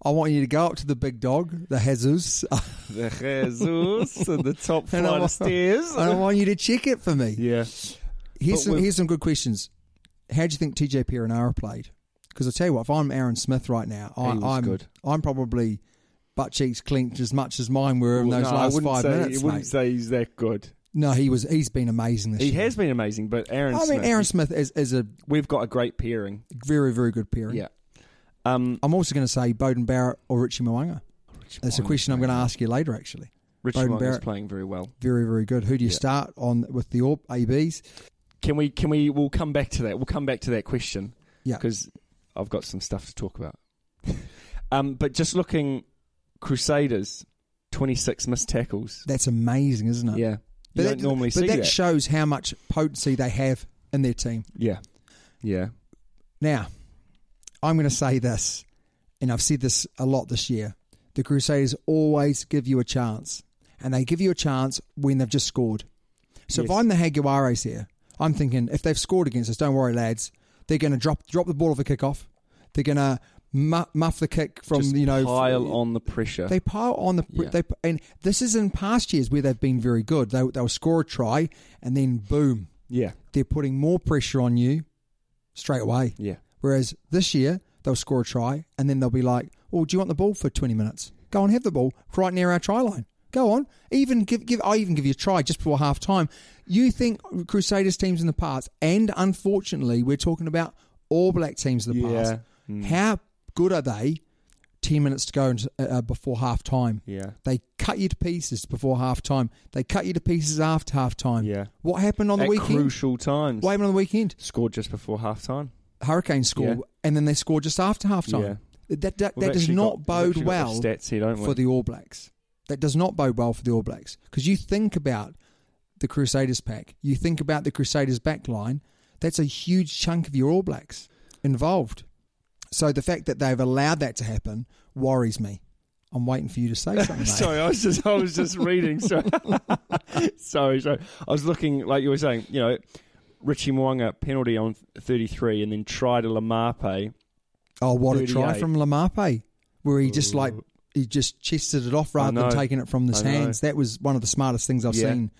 A: I want you to go up to the big dog, the Jesus,
B: The Jesus and the top
A: and, I
B: flight of
A: want,
B: stairs.
A: and I want you to check it for me.
B: Yeah. But
A: Here's some,
B: we've-
A: here's some good questions. How do you think TJ Perenara played? Because I tell you what, if I'm Aaron Smith right now, I,
B: He was
A: I'm
B: good.
A: I'm probably butt cheeks clenched as much as mine were in
B: Well,
A: those
B: no, I
A: last
B: wouldn't
A: five
B: say,
A: minutes.
B: I wouldn't
A: mate.
B: say he's that good.
A: no, he was he's been amazing this
B: He
A: year.
B: has been amazing, but Aaron
A: I mean,
B: Smith,
A: Aaron Smith is, is a
B: we've got a great pairing.
A: very very good pairing.
B: Yeah. Um,
A: I'm also going to say Bowden Barrett or Richie Mwanga. That's a question I'm going to ask you later. Actually,
B: Richie
A: Bowden
B: Wong is
A: Barrett.
B: playing very well.
A: very very good. Who do you
B: Yeah.
A: start on with the Orb ABs?
B: Can we? Can we? We'll come back to that. We'll come back to that question.
A: Yeah.
B: Because I've got some stuff to talk about. um, but just looking, Crusaders, twenty six missed tackles.
A: That's amazing, isn't it?
B: Yeah. You don't normally
A: but
B: see
A: that,
B: that.
A: shows how much potency they have in their team.
B: yeah. Yeah.
A: Now, I'm going to say this, and I've said this a lot this year. The Crusaders always give you a chance, and they give you a chance when they've just scored. So if
B: Yes.
A: I'm the Haguares here, I'm thinking if they've scored against us, don't worry, lads. They're going to drop drop the ball off a kickoff. They're going to mu- muff the kick from
B: Just
A: you know
B: pile on the pressure.
A: They pile on the
B: Yeah.
A: they and this is in past years where they've been very good. They they'll score a try and then boom,
B: yeah.
A: they're putting more pressure on you straight away.
B: Yeah.
A: Whereas this year they'll score a try and then they'll be like, "Oh, do you want the ball for twenty minutes? Go and have the ball right near our try line. Go on, even give give I even give you a try just before half time." You think Crusaders teams in the past, and unfortunately, we're talking about All Black teams in the
B: Yeah. Hmm.
A: past. How good are they? Ten minutes to go into, uh, uh, before half time.
B: Yeah.
A: They cut you to pieces before half time. They cut you to pieces after half time.
B: Yeah.
A: What happened on
B: At
A: the weekend?
B: crucial times.
A: What happened on the weekend?
B: Scored just before half time.
A: Hurricane score,
B: Yeah.
A: and then they score just after halftime.
B: Yeah.
A: That that, that does not bode well
B: stats here, don't we?
A: for the All Blacks. That does not bode well for the All Blacks because you think about the Crusaders pack, you think about the Crusaders back line. That's a huge chunk of your All Blacks involved. So the fact that they've allowed that to happen worries me. I'm waiting for you to say something. mate.
B: Sorry, I was just I was just reading. So sorry, sorry. I was looking like you were saying. You know, Richie Mwanga penalty on thirty three, and then try to Lamape.
A: Oh, what a try
B: 38.
A: from Lamape, where he just like he just chested it off rather than
B: know.
A: taking it from his
B: I know.
A: hands. That was one of the smartest things I've
B: Yeah.
A: seen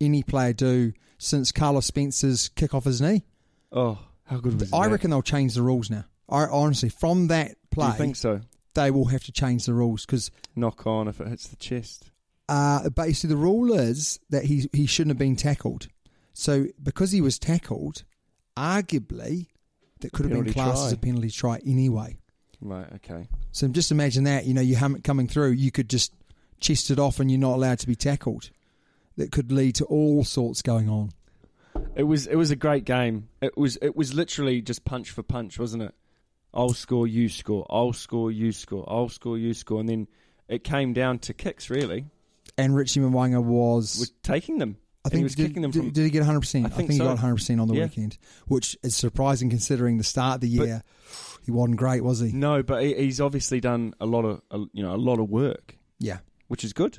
A: any player do since Carlos Spencer's kick off his knee.
B: Oh, how good was
A: I
B: that?
A: reckon they'll change the rules now. I honestly, from that
B: Do
A: play,
B: you think so?
A: they will have to change the rules because
B: Knock on if it hits the chest.
A: uh, basically the rule is that he he shouldn't have been tackled. So because he was tackled, arguably that could have been
B: Penalty
A: classed as
B: try.
A: a penalty try anyway.
B: Right. Okay.
A: So just imagine that, you know, you haven't coming through, you could just chest it off and you're not allowed to be tackled. That could lead to all sorts going on.
B: It was it was a great game. It was it was literally just punch for punch, wasn't it? I'll score, you score. I'll score, you score. I'll score, you score, and then it came down to kicks. Really,
A: And Richie Mwanga was,
B: was taking them.
A: I
B: And
A: think,
B: he was
A: did,
B: kicking them
A: did,
B: from.
A: did he get 100%?
B: I
A: I
B: think
A: think, he
B: so.
A: got 100% on the
B: Yeah.
A: weekend, which is surprising considering the start of the
B: But-
A: year. he wasn't great, was he?
B: no, but he, he's obviously done a lot of a, you know a lot of work,
A: Yeah,
B: which is good.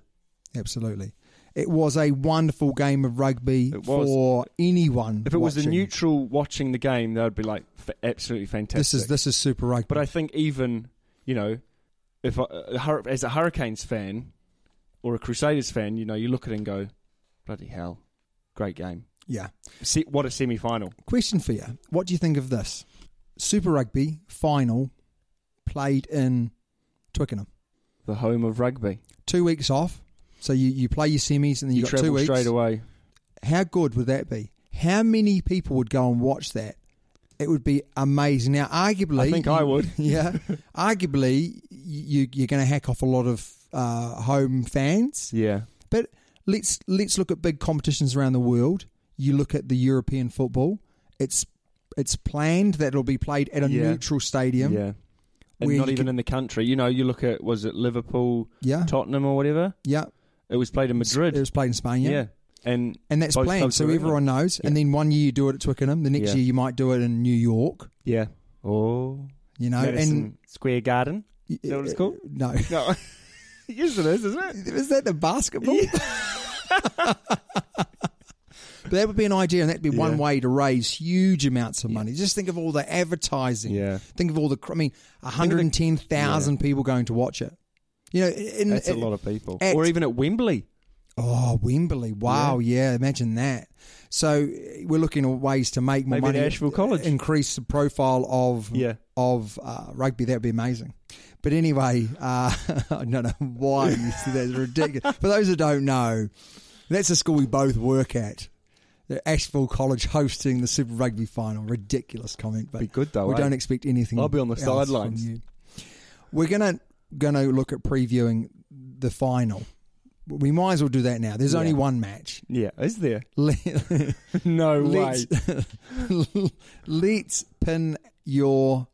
A: absolutely. It was a wonderful game of rugby
B: It was.
A: for anyone.
B: If it was a
A: watching.
B: neutral watching the game, they'd be like f- absolutely fantastic.
A: this is this is super rugby.
B: But I think even you know, if I, a hur- as a Hurricanes fan or a Crusaders fan, you know, you look at it and go, bloody hell, great game.
A: yeah,
B: Se- what a semi final.
A: Question for you. What do you think of this? Super Rugby final played in Twickenham.
B: The home of rugby.
A: Two weeks off. So you, you play your semis and then
B: You,
A: you, got
B: travel
A: two weeks.
B: straight away.
A: How good would that be? How many people would go and watch that? It would be amazing. Now, arguably,
B: I think I would.
A: Yeah, arguably, you, you're going to hack off a lot of uh, home fans.
B: Yeah.
A: But let's let's look at big competitions around the world. You look at the European football. It's it's planned that it'll be played at a
B: Yeah.
A: neutral stadium.
B: Yeah. And
A: Where
B: not
A: you
B: even
A: could-
B: in the country. You know, you look at, was it Liverpool,
A: Yeah.
B: Tottenham or whatever?
A: Yeah.
B: It was played in Madrid.
A: It was played in Spain, yeah.
B: yeah. And
A: And that's
B: both
A: planned,
B: clubs
A: so
B: were in it.
A: everyone knows. And then one year you do it at Twickenham, the next
B: Yeah.
A: year you might do it in New York,
B: Yeah. Oh.
A: you know.
B: Madison Square Garden.
A: And
B: that what it's called?
A: No.
B: No. yes, it is, isn't it?
A: Is that the basketball? But that would be an idea, and that'd be one
B: Yeah.
A: way to raise huge amounts of money. Just think of all the advertising.
B: Yeah.
A: Think of all the. cr- I mean, one hundred and ten thousand people going to watch it. You know, in,
B: That's a
A: in-
B: lot of people.
A: at-
B: or even at Wembley.
A: Oh, Wembley! Wow, yeah. imagine that. So eh, we're looking at ways to make more
B: Maybe at
A: money.
B: Asheville College.
A: increase the profile of
B: Yeah.
A: of uh, rugby. That would be amazing. But anyway, uh, I don't know why you said that's ridiculous. For those that don't know, that's the school we both work at. The Asheville College hosting the Super Rugby final. Ridiculous comment, but
B: Be good though,
A: We
B: eh?
A: don't expect anything.
B: I'll be on the
A: else from
B: sidelines.
A: you. We're gonna gonna look at previewing the final. We might as well do that now. There's only
B: Yeah.
A: one match.
B: Yeah, is there?
A: Let-
B: No
A: let's, let's pin your.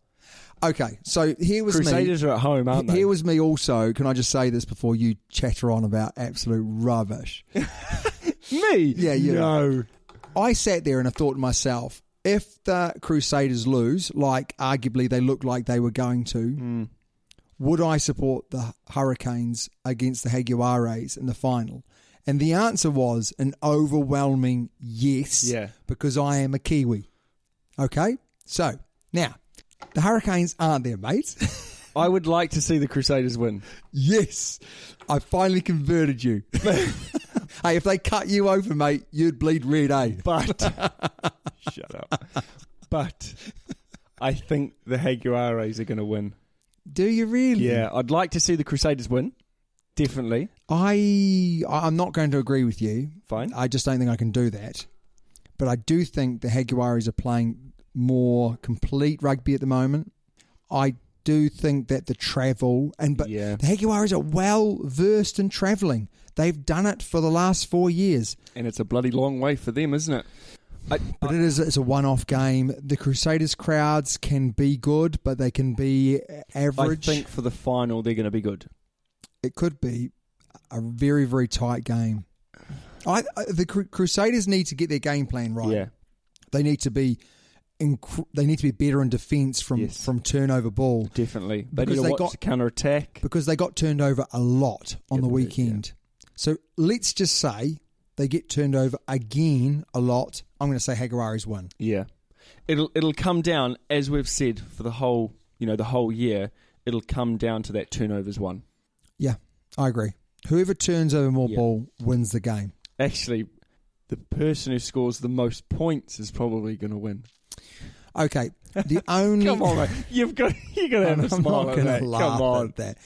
A: Okay, so here was
B: Crusaders
A: me.
B: are at home, aren't they?
A: Here was me also. Can I just say this before you chatter on about absolute rubbish?
B: me.
A: Yeah, you
B: No.
A: I sat there and I thought to myself, if the Crusaders lose, like arguably they looked like they were going to, would I support the Hurricanes against the Jaguares in the final? And the answer was an overwhelming yes,
B: Yeah.
A: because I am a Kiwi. Okay? So, now, the Hurricanes aren't there, mates.
B: I would like to see the Crusaders win.
A: Yes, I finally converted you. hey, if they cut you open, mate, you'd bleed red, eh?
B: But shut up. But I think the Jaguares are going to win.
A: Do you really?
B: Yeah, I'd like to see the Crusaders win. Definitely.
A: I I- I'm not going to agree with you.
B: Fine.
A: I just don't think I can do that. But I do think the Jaguares are playing more complete rugby at the moment. I do think that the travel and but
B: Yeah.
A: the Jaguares are well versed in travelling. They've done it for the last four years.
B: And it's a bloody long way for them, isn't it? I,
A: But it is it's a one off game. The Crusaders crowds can be good, but they can be
B: I
A: average.
B: think for the final, they're going to be good.
A: it could be a very very tight game. I, I the Cru- Crusaders need to get their game plan right.
B: Yeah.
A: They need to be inc- they need to be better in defence from
B: Yes.
A: from turnover ball
B: Definitely. They
A: Because
B: need to
A: they
B: watch
A: got-
B: the counter attack.
A: because they got turned over a lot on
B: Yeah,
A: the
B: they did, yeah.
A: weekend. So let's just say they get turned over again a lot. I'm going to say Hagarari's won.
B: Yeah. It'll it'll come down as we've said for the whole, you know, the whole year, it'll come down to that turnovers one.
A: Yeah, I agree. Whoever turns over more
B: Yeah.
A: ball wins the game.
B: Actually, the person who scores the most points is probably going to win.
A: Okay, the only
B: Come on, mate. You've got you're going to have
A: I'm
B: a smile
A: not
B: at
A: gonna
B: that.
A: laugh
B: Come on.
A: at that.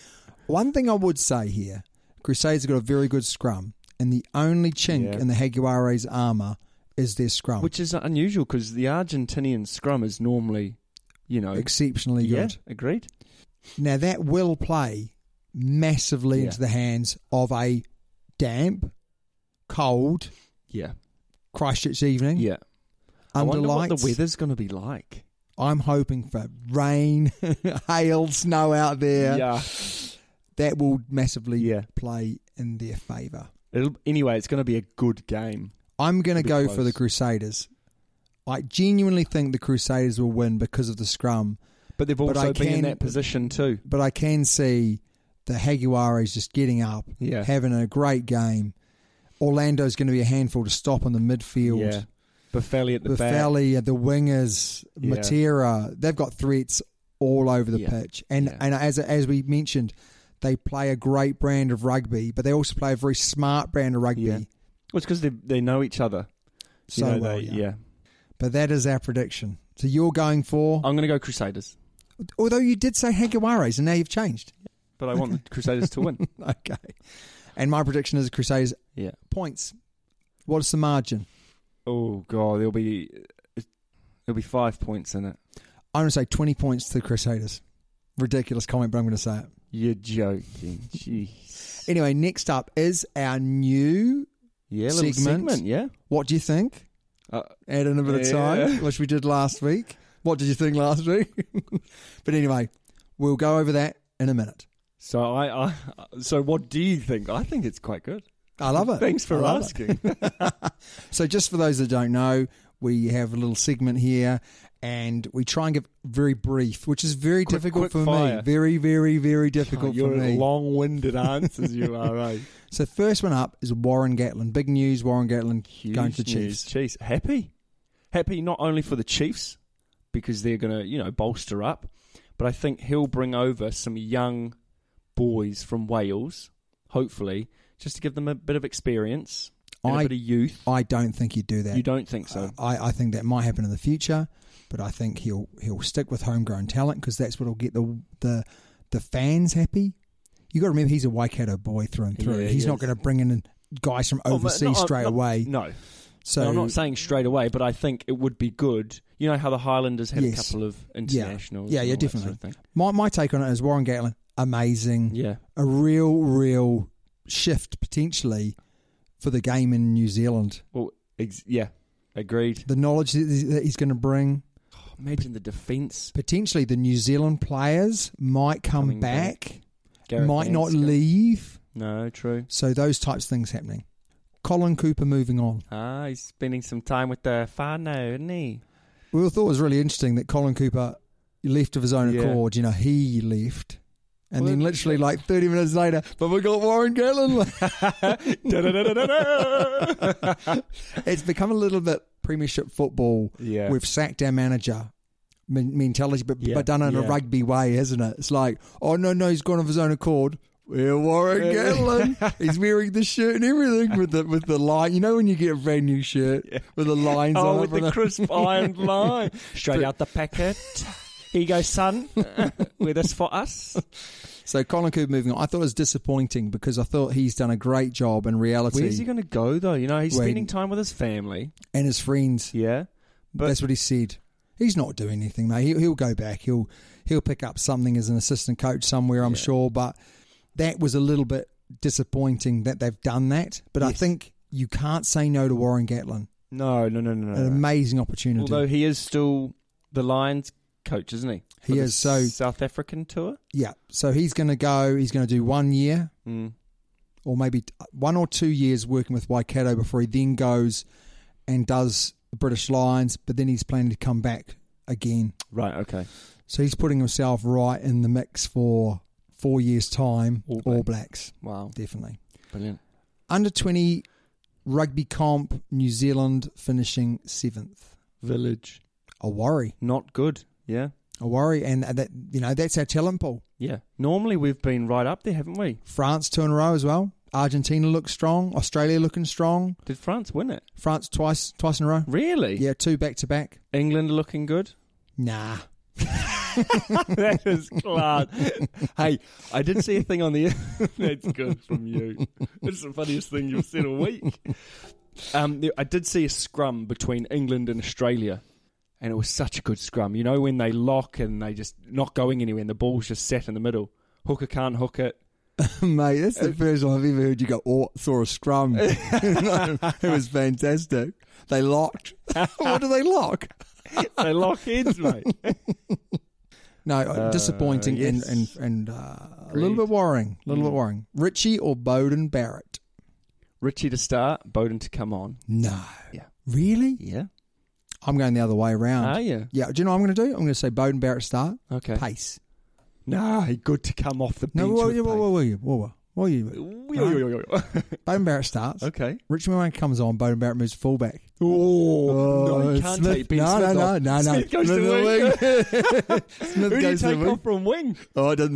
A: One thing I would say here, Crusaders have got a very good scrum, and the only chink
B: Yeah.
A: in the Jaguares' armour is their scrum,
B: Which
A: which
B: is unusual because the Argentinian scrum is normally, you know,
A: exceptionally
B: yeah,
A: good.
B: agreed.
A: Now that will play massively
B: Yeah.
A: into the hands of a damp, cold
B: Yeah,
A: Christchurch evening
B: yeah. I
A: under
B: wonder
A: lights.
B: what the weather's going to be like.
A: I'm hoping for rain, hail, snow out there. That will massively
B: Yeah.
A: play in their favour.
B: It'll, anyway, it's going to be a good game.
A: I'm going to
B: It'll be
A: go for
B: close.
A: the Crusaders. I genuinely think the Crusaders will win because of the scrum,
B: But they've
A: But
B: also
A: I
B: been in
A: can-
B: that position too.
A: but I can see the Jaguares just getting up,
B: Yeah.
A: having a great game. Orlando's going to be a handful to stop on the midfield.
B: Yeah. Buffelli at the back.
A: Buffelli, the wingers,
B: Yeah.
A: Matera, they've got threats all over the
B: Yeah.
A: pitch. And
B: Yeah.
A: and as as we mentioned, they play a great brand of rugby, but they also play a very smart brand of rugby.
B: Yeah. Well, it's because they, they know each other. You
A: So
B: know,
A: well,
B: they-
A: yeah.
B: yeah.
A: But that is our prediction. So you're going for
B: I'm going to go Crusaders,
A: although you did say Haguares and now you've changed.
B: but I want the Crusaders to win.
A: Okay. And my prediction is Crusaders
B: Yeah.
A: points. What's the margin?
B: Oh god, there'll be there'll be five points in it.
A: I'm going to say 20 points to the Crusaders. Ridiculous comment, but I'm going to say it.
B: You're joking. Jeez.
A: Anyway, next up is our new.
B: Yeah, little
A: Segment.
B: segment. yeah.
A: What do you think?
B: Uh,
A: Add in a bit of
B: Yeah.
A: time, which we did last week. What did you think last week? but anyway, we'll go over that in a minute.
B: so I, I so what do you think? I think it's quite good.
A: I love it.
B: Thanks
A: I
B: for
A: love it.
B: asking.
A: So, just for those that don't know, we have a little segment here, and we try and give very brief, which is very
C: Quick-
A: difficult
C: quick
A: for me.
C: fire.
A: Very, very, very difficult
C: you're
A: for me.
C: long-winded answers. You are right.
A: so first one up is Warren Gatlin. Big news. Warren Gatlin
B: Huge
A: going to the
B: news.
A: Chiefs.
B: Chiefs happy, happy not only for the Chiefs because they're going to you know bolster up, but I think he'll bring over some young boys from Wales, hopefully, just to give them a bit of experience, and
A: I-
B: a bit of youth.
A: I don't think he'd do that. Uh,
B: You don't think so?
A: I, I think that might happen in the future, but I think he'll he'll stick with homegrown talent because that's what'll get the the the fans happy. You got to remember he's a Waikato boy through and through.
B: Yeah, he
A: he's not
B: is.
A: going to bring in guys from
B: Oh, but
A: overseas
B: no,
A: straight
B: no,
A: away.
B: No,
A: so
B: No, I'm not saying straight away, but I think it would be good. You know how the Highlanders had
A: Yes.
B: a couple of
A: yeah,
B: internationals.
A: yeah,
B: and
A: yeah,
B: all that sort
A: definitely.
B: of thing.
A: my my take on it is Warren Gatlin, amazing,
B: Yeah,
A: a real real shift potentially for the game in New Zealand.
B: well, ex- yeah, agreed. Oh,
A: The knowledge that that he's going to bring,
B: Imagine the defence.
A: potentially the New Zealand players might come
B: Coming
A: back,
B: back. Gareth
A: might not
B: Anscombe.
A: leave.
B: No, true.
A: So those types of things happening. Colin Cooper moving on.
B: Ah, he's spending some time with the whānau, isn't he?
A: We all thought it was really interesting that Colin Cooper left of his own
B: Yeah.
A: accord. You know, he left. And then
B: Well,
A: literally like 30 minutes later, but we got Warren Gatlin. it's become a little bit premiership football.
C: Yeah.
A: We've sacked our manager men- mentality, but,
C: Yeah,
A: but done in a
C: yeah.
A: rugby way, isn't it? It's like, oh, no, no, he's gone of his own accord. We're Warren Gatlin. he's wearing the shirt and everything with the with the line. You know when you get a brand new shirt with the lines on
B: oh,
A: it
B: with
A: and
B: the
A: it?
B: crisp iron line. Straight
A: But-
B: out the packet. Here you go, son. with us for us.
A: So Colin Cooper moving on. I thought it was disappointing because I thought he's done a great job in reality
B: Where's he going to go, though? You know, he's
A: When-
B: spending time with his family.
A: and his friends.
B: Yeah. But
A: That's what he said. He's not doing anything, mate. He'll, he'll go back. He'll he'll pick up something as an assistant coach somewhere, I'm sure. But that was a little bit disappointing that they've done that. But I
B: Yes.
A: think you can't say no to Warren Gatlin.
B: no, no, no, no, no.
A: An
B: no.
A: amazing opportunity.
B: Although he is still the Lions coach, isn't he?
A: He
B: For the
A: is, so-
B: South African tour.
A: yeah. So he's going to go. He's going to do one year
B: Mm.
A: or maybe t- one or two years working with Waikato before he then goes and does the British Lions. But then he's planning to come back again.
B: Right. Okay.
A: So he's putting himself right in the mix for four years' time.
B: All
A: All Blacks,
B: Wow.
A: definitely.
B: Brilliant.
A: Under 20 rugby comp, New Zealand finishing seventh.
B: Village.
A: A worry.
B: Not good. Yeah.
A: A worry. And that, you know, that's our talent pool.
B: Yeah. Normally we've been right up there, haven't we?
A: France two in a row as well. Argentina looks strong. Australia looking strong.
B: Did France win it?
A: France twice, twice in a row.
B: Really?
A: Yeah, two back to back.
B: England looking good.
A: Nah.
B: that is class. hey, I did see a thing on the. That's good from you. It's the funniest thing you've said all week. Um, there- I did see a scrum between England and Australia, and it was such a good scrum. You know when they lock and they just not going anywhere, and the ball's just set in the middle. Hooker can't hook it.
A: Mate, that's the first time I've ever heard you go, oh, saw a scrum. it was fantastic. They locked. what do they lock?
B: They lock heads, mate.
A: No, uh, disappointing
B: yes. Mm.
A: and and, and uh, a little bit worrying. A little bit worrying. Richie or Bowden Barrett?
B: Richie to start, Bowden to come on.
A: No.
B: Yeah.
A: Really?
B: Yeah.
A: I'm going the other way around.
B: Are you?
A: Yeah. Do you know what I'm going to do? I'm going to say Bowden Barrett start.
B: Okay.
A: Pace.
B: Nah, he good to come off the bench.
A: No, whoa,
B: with
A: whoa, whoa,
B: pace.
A: whoa, you? Whoa, whoa, whoa, you? Bowden Barrett starts.
B: okay.
A: Richie Moran comes on. Bowden Barrett moves fullback.
B: Oh, no,
A: Oh,
B: you can't
A: Smith-
B: take Ben
A: no,
B: Smith
A: no,
B: off.
A: no, no, no.
B: Smith goes
A: Smith
B: to
A: the
B: wing.
A: Smith
B: Who do you
A: goes to the
B: take
A: wing.
B: off from wing?
A: Oh, it doesn't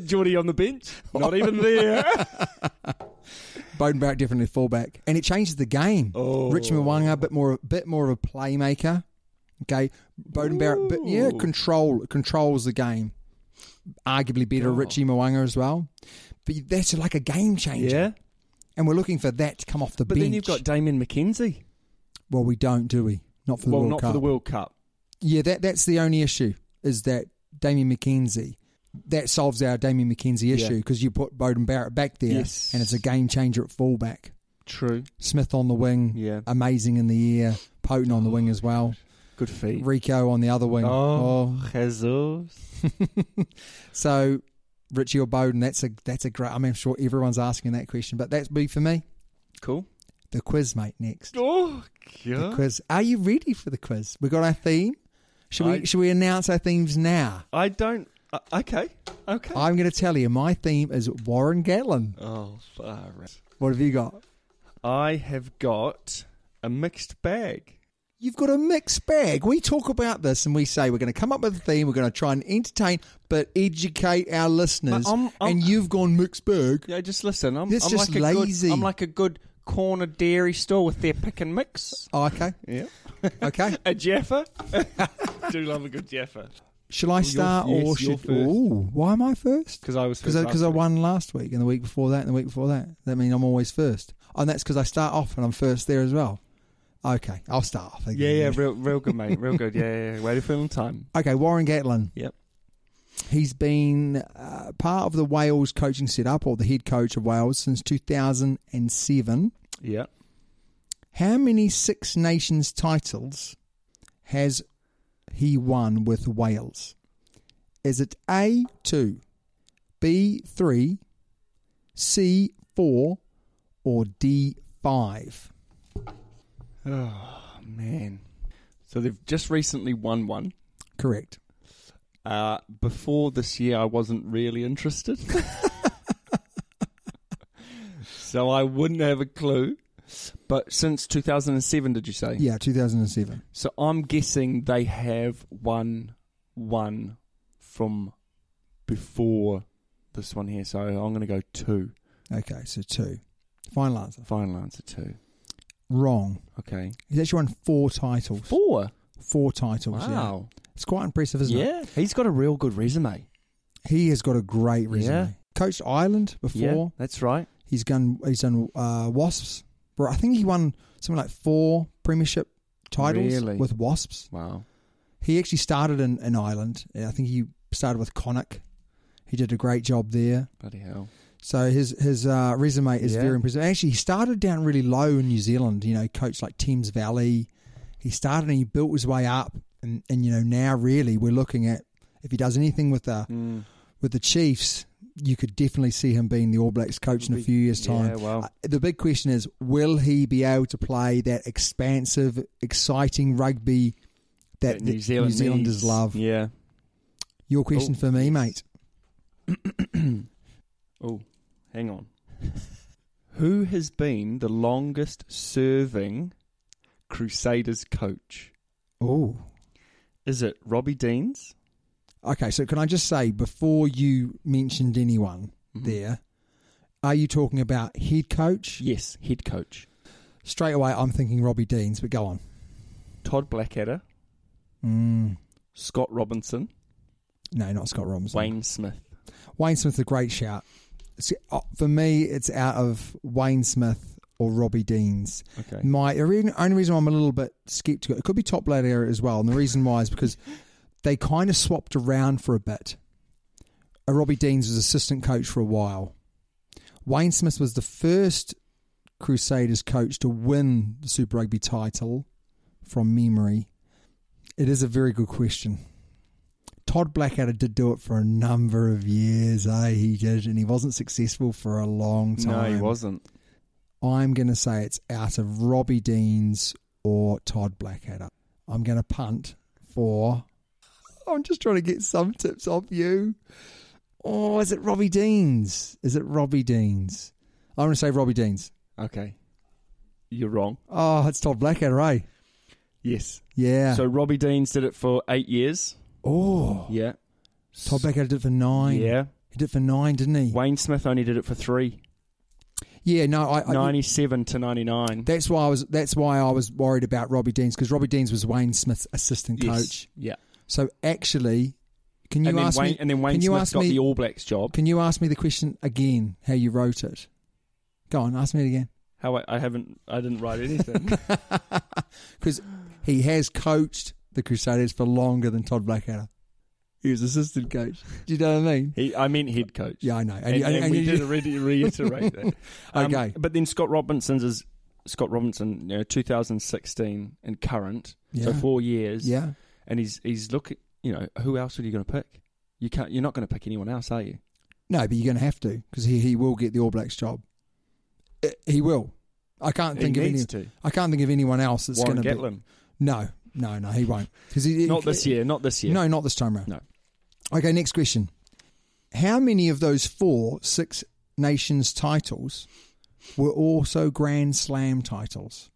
B: Geordie on the bench? Not even there.
A: Bowden Barrett definitely fullback, and it changes the game.
B: Oh.
A: Rich Mwanga, a bit more, a bit more of a playmaker. Okay, Bowden Barrett, but yeah,
B: Ooh.
A: control controls the game. Arguably better Richie
B: Oh.
A: Mwanga as well, but that's like a game changer.
B: yeah.
A: and we're looking for that to come off the
B: But
A: bench.
B: then you've got Damien McKenzie.
A: well, we don't, do we? Not for the
B: Well,
A: World
B: not
A: Cup.
B: for the World Cup.
A: Yeah, that that's the only issue is that Damien McKenzie. That solves our Damien McKenzie
B: Yeah.
A: issue because you put Bowden Barrett back there,
B: Yes.
A: and it's a game changer at fullback.
B: True.
A: Smith on the wing,
B: Yeah.
A: amazing in the air. Potent on the wing as well.
B: Good feet.
A: Rico on the other wing.
B: Oh, Jesus.
A: Oh. so Richie or Bowden? That's a that's a great. I mean, I'm sure everyone's asking that question, but that's be for me.
B: Cool.
A: The quiz, mate. Next,
B: Oh,
A: the quiz. Are you ready for the quiz? We got our theme. Should we
B: I-
A: should we announce our themes now?
B: I don't. Uh, okay. Okay.
A: I'm going to tell you. My theme is Warren Gatlin.
B: oh, far out.
A: What have you got?
B: I have got a mixed bag.
A: You've got a mixed bag. We talk about this and we say we're going to come up with a theme. We're going to try and entertain, but educate our listeners.
B: But I'm- I'm-
A: and you've gone mixed bag.
B: Yeah, just listen. I'm,
A: That's
B: I'm
A: just
B: like
A: lazy.
B: A good, I'm like a good corner dairy store with their pick and mix.
A: Oh, okay,
B: Yeah.
A: okay.
B: A Jaffa. Do love a good Jaffa.
A: Shall I start
B: yes,
A: or
B: you're
A: should?
B: first.
A: Ooh, why am I first?
B: Because I was
A: Because
B: first
A: because I,
B: last week.
A: won last week and the week before that and the week before that. That means I'm always first. Oh, And that's because I start off and I'm first there as well. Okay, I'll start off. Again.
B: Yeah, yeah, real, real good, mate. Real good. Yeah, yeah. yeah. Waited for a long time.
A: Okay, Warren Gatlin.
B: Yep.
A: He's been uh, part of the Wales coaching setup or the head coach of Wales since 2007.
B: Yeah.
A: How many Six Nations titles has he won with Wales? Is it A2, B3, C4, or D5?
B: Oh man. So they've just recently won one.
A: Correct.
B: Uh, before this year, I wasn't really interested. so I wouldn't have a clue. But since 2007, did you say?
A: Yeah, 2007.
B: So I'm guessing they have won one from before this one here. So I'm going to go two.
A: Okay, so two. Final answer.
B: Final answer two.
A: Wrong.
B: Okay.
A: He's actually won four titles.
B: Four.
A: Four titles, yeah.
B: Wow.
A: It's quite impressive, isn't it?
B: yeah. He's got a real good resume.
A: He has got a great resume.
B: Yeah.
A: Coached Ireland before.
B: Yeah. That's right.
A: He's done. He's done uh, Wasps. Bro, I think he won something like four premiership titles
B: Really?
A: with Wasps.
B: Wow.
A: He actually started in, in Ireland. I think he started with Connacht. He did a great job there.
B: Bloody hell.
A: So his his uh, resume is
B: Yeah.
A: very impressive. Actually, he started down really low in New Zealand. You know, coached like Thames Valley. He started and he built his way up, and, and you know now really we're looking at if he does anything with the
B: Mm.
A: with the Chiefs, you could definitely see him being the All Blacks coach in a
B: Be-
A: few years' time.
B: yeah, well.
A: Uh, the big question is, will he be able to play that expansive, exciting rugby that, the New Zealanders
B: needs-
A: love?
B: Yeah.
A: Your question
B: Oh,
A: for me, mate.
B: Oh, hang on. Who has been the longest serving Crusaders coach?
A: Oh.
B: Is it Robbie Deans?
A: Okay, so can I just say before you mentioned anyone there, are you talking about head coach?
B: Yes, head coach.
A: Straight away, I'm thinking Robbie Deans, but go on.
B: Todd Blackadder,
A: Mm,
B: Scott Robinson,
A: no, not Scott Robinson.
B: Wayne Smith.
A: Wayne Smith's a great shout. See, oh, For me, it's out of Wayne Smith or Robbie Deans.
B: Okay.
A: My the re- only reason why I'm a little bit skeptical, it could be top lad era as well, and the reason why is because they kind of swapped around for a bit. Uh, Robbie Deans was assistant coach for a while. Wayne Smith was the first Crusaders coach to win the Super Rugby title from memory. It is a very good question. Todd Blackadder did do it for a number of years, eh? He did, and he wasn't successful for a long time.
B: No, he wasn't.
A: I'm going to say it's out of Robbie Deans or Todd Blackadder. I'm going to punt for. I'm just trying to get some tips off you. Oh, is it Robbie Deans? Is it Robbie Deans? I'm going to say Robbie Deans.
B: Okay. You're wrong.
A: Oh, it's Todd Blackadder, eh?
B: Yes.
A: Yeah.
B: So Robbie Deans did it for eight years.
A: oh,
B: Yeah.
A: Todd Blackadder did it for nine.
B: Yeah.
A: He did it for nine, didn't he?
B: Wayne Smith only did it for three.
A: Yeah, no, I. I
B: 97 to 99.
A: that's why I was. That's why I was worried about Robbie Deans because Robbie Deans was Wayne Smith's assistant
B: Yes.
A: coach.
B: Yeah.
A: So actually, can you
B: and, then
A: ask
B: Wayne,
A: me?
B: and then Wayne
A: can you
B: Smith
A: ask
B: got
A: me?
B: the All Blacks job.
A: can you ask me the question again? How you wrote it? Go on, ask me it again.
B: How I, I haven't, I didn't write anything.
A: Because he has coached the Crusaders for longer than Todd Blackadder. He was assistant coach. Do you know what I mean?
B: he, I mean head coach.
A: Yeah, I know. And,
B: and,
A: and-
B: and
A: and
B: we
A: you-
B: did already reiterate that. Um,
A: Okay.
B: but then Scott Robinson's is Scott Robinson, you know, 2016 and current, so
A: Yeah.
B: four years.
A: yeah.
B: and he's he's looking. You know, who else are you going to pick? You can't. You're not going to pick anyone else, are you?
A: No, but you're going to have to because he, he will get the All Blacks job. Uh, He will. I can't
B: He
A: think of any.
B: needs to.
A: I can't think of anyone else that's
B: Warren
A: going to be.
B: Gatlin.
A: No, No, no, he won't. 'Cause he-
B: Not this year. Not this year.
A: No, not this time round.
B: No.
A: Okay, next question. How many of those four Six Nations titles were also Grand Slam titles?